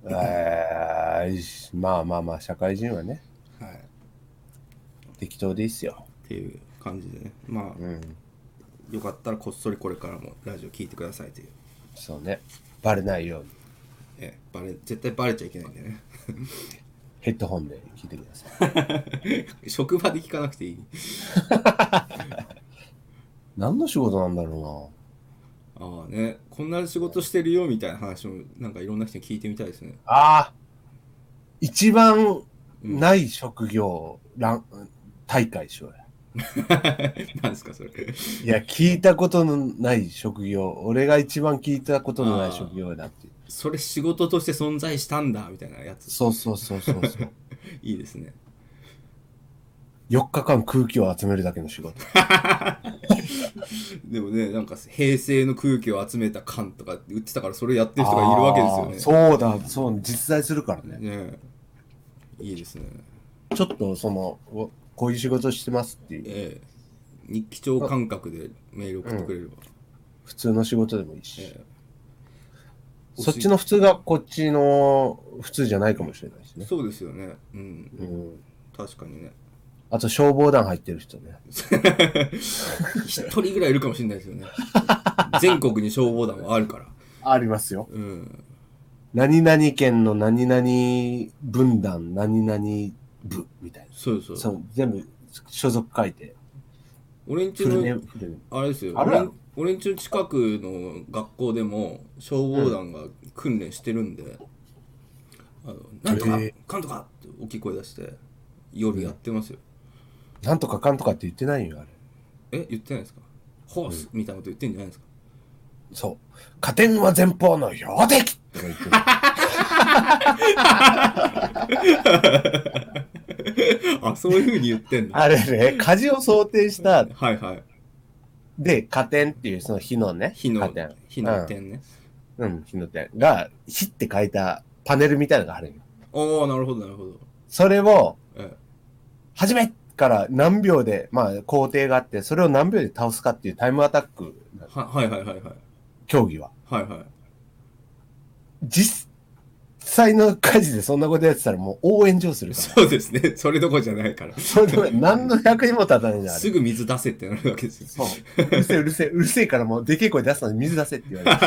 D: えー、まあまあまあ、社会人はね、
B: はい。
D: 適当でいいっすよ。
B: っていう感じでねまあ
D: うん。
B: よかったらこっそりこれからもラジオ聞いてくださいという、
D: そうね。バレないように。
B: えバレ絶対バレちゃいけないんでね [laughs]
D: ヘッドホンで聞いてください。
B: 職場で聞かなくていい
D: 何の仕事なんだろう
B: ああねこんな仕事してるよみたいな話もなんかいろんな人に聞いてみたいですね [laughs]
D: な。ああ。一番
B: うん
D: ない職業、ラン大会しようや。
B: 何ですかそれう
D: いや、聞いたことのない職業。俺が一番聞いたことのない職業だって。
B: それ仕事として存在したんだみたいなやつ
D: そうそうそうそう
B: [laughs]
D: そう。
B: いいですね
D: 4日間空気を集めるだけの仕事。
B: でもねなんか平成の空気を集めた感とか言ってたからそれやってる人がいるわけですよね
D: あーそうだ、そう、実在するからね。
B: ねえいいですね
D: ちょっとその、おこういう仕事してますっていう、
B: ええ日記帳感覚でメール送ってくれれば、
D: 普通の仕事でもいいし、
B: ええ
D: そっちの普通がこっちの普通じゃないかもしれないしね。
B: そうですよねうん
D: うん、
B: 確かにね [laughs]
D: あと消防団入ってる人ね。
B: 一人ぐらいいるかもしれないですよね全国に消防団はあるから
D: ありますよ。
B: うん
D: 何々県の何々分団、何々部みたい
B: そうそう
D: な。そう全部所属書いて。
B: 俺んち
D: フルネ
B: の
D: ームフルネーム
B: あれですよ
D: あるやろ
B: 俺ん俺んちの近くの学校でも消防団が訓練してるんで「あのなんとか
D: へえ
B: かんとか!」って大きい声出して夜やってますよ、
D: なんとかかんとかって言ってないよ、あれ。
B: え言ってないですかホースみたいなこと言ってんじゃないですか
D: そう。加点は前方の標的とか言ってる。
B: [laughs] あそういうふうに言ってん
D: [laughs]
B: だ
D: あれね、火事を想定した
B: はいはい
D: で、火点っていう、その火のね、
B: 火の
D: 火点。
B: 火の点ね、
D: うん、火の点が、火って書いたパネルみたいなのがあるよ。
B: おおなるほどなるほど
D: それを、
B: え
D: 初めから何秒で、まあ、工程があって、それを何秒で倒すかっていうタイムアタック、
B: ははいはいはいはい
D: 競技は。
B: はいはい
D: 実際の火事でそんなことやってたらもう応援上するから。
B: そうですねそれどころじゃないから
D: それで何の役にも立たないじゃん、あ
B: す
D: れ。
B: ぐ水出せってなるわけですよ
D: そう。うるせえ、うるせえ、うるせえからもう、でけえ声出すのに水出せって言われる。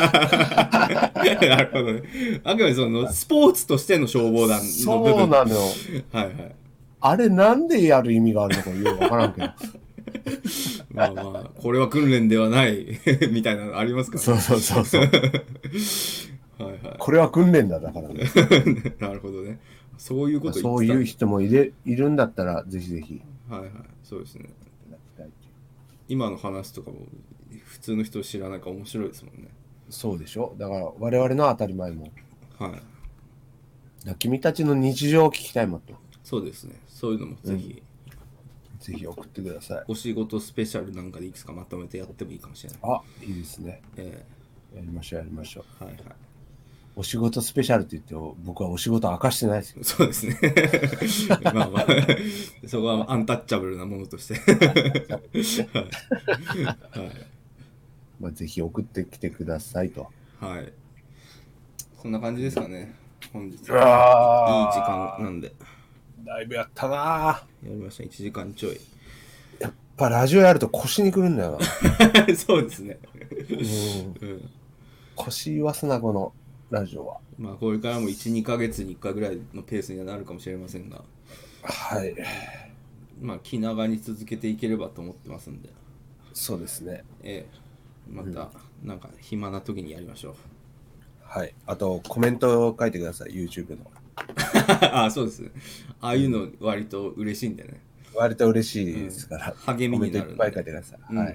B: [laughs] なるほどね。あくまでそのスポーツとしての消防団の部分。
D: そうなのよ。
B: はいはい。
D: あれなんでやる意味があるのかよくわからんけど。
B: まあまあ、これは訓練ではない [laughs] みたいなのありますから、
D: そうそうそうそう。
B: [laughs] はいは
D: これは訓練だだから、ね、
B: い。 [laughs] なるほどね。そういうこと
D: そ
B: 言
D: う
B: ってた。
D: いう人もいれいるんだったら、ぜひぜひ。
B: はいはい。そうですね。今の話とかも普通の人知らないから面白いですもんね。
D: そうでしょだから、我々の当たり前も。だか
B: はい。
D: ら君たちの日常を聞きたいもんと。
B: そうですね。そういうのもぜひ、
D: ぜひ送ってください。
B: お仕事スペシャルなんかでいくつかまとめてやってもいいかもしれない。
D: あ、いいですね。
B: え
D: やりましょう、やりましょう。
B: えはいはい。
D: お仕事スペシャルって言っても、僕はお仕事明かしてないですけど。
B: そうで
D: [laughs]
B: すね。まあまあ、そこはアンタッチャブルなものとして。
D: まあ、ぜひ送ってきてくださいと。
B: はい。そんな感じですかね。本日。いい時
D: わー
B: 間なんで。
D: だいぶやったなぁ。
B: やりました。1時間ちょい。 [laughs]
D: やっぱラジオやると腰にくるんだよな。 [laughs]
B: そうですね。
D: うん、
B: うん。
D: 腰言わすな、このラジオは。
B: まあ、これからも1、2ヶ月に1回ぐらいのペースにはなるかもしれませんが、
D: はい。
B: まあ、気長に続けていければと思ってますんで、
D: そうですね。
B: ええ。また、なんか、暇な時にやりましょう。 [laughs]
D: はい。あと、コメントを書いてください、YouTube の。
B: ああ、そうですね。ああいうの、割と嬉しいんでね。
D: 割と嬉しいですから、
B: うん励みにな
D: コメントい
B: る
D: っぱい書いてください。は
B: う
D: い。
B: んは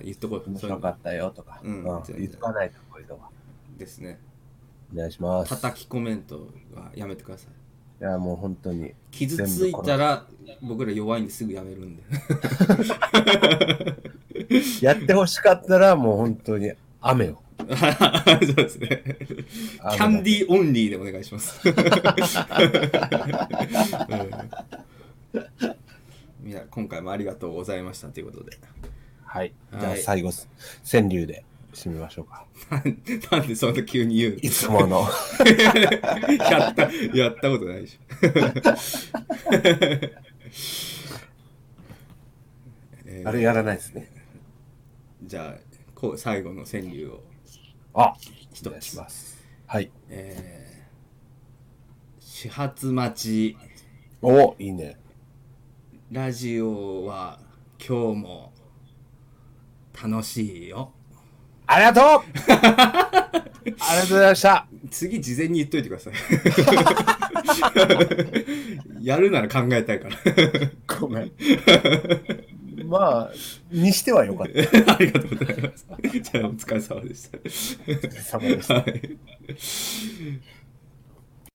B: い、言っとこう。
D: 面白かったよとか、
B: うん
D: うん言っとかないと、こういうのは。
B: そういうのですね。
D: お願いします。
B: 叩きコメントはやめてくださ
D: い
B: い。
D: や、もう本当に。
B: 傷ついたら僕ら弱いんですぐやめるんで。 [laughs]
D: やってほしかったら、もう本当に雨を。
B: そうですね。キ
D: あ
B: ャンディーオンリーでお願いします。うん、みんな今回もありがとうございましたということで。 [laughs]
D: はい。
B: はい
D: じゃあ、最後、川柳で締めましょうか。
B: なんなんでそんな急に言う
D: [laughs] いつも
B: [laughs]
D: の。
B: のやったやったことないでしょ。 [laughs] えー
D: あれやらないですね。
B: じゃあこう最後の川柳を
D: あ、
B: 一
D: お願いし
B: つ、
D: ます。はい。
B: えー始発待ち
D: おいいね。
B: ラジオは今日も楽しいよ
D: ありがとう [laughs] ありがとうございました。
B: 次事前に言っといてください [laughs] やるなら考えたいから [laughs]
D: ごめん。まあ、にしてはよかった。
B: ありがとうございますじゃあお疲れ様でした
D: お疲れ様でした
B: はい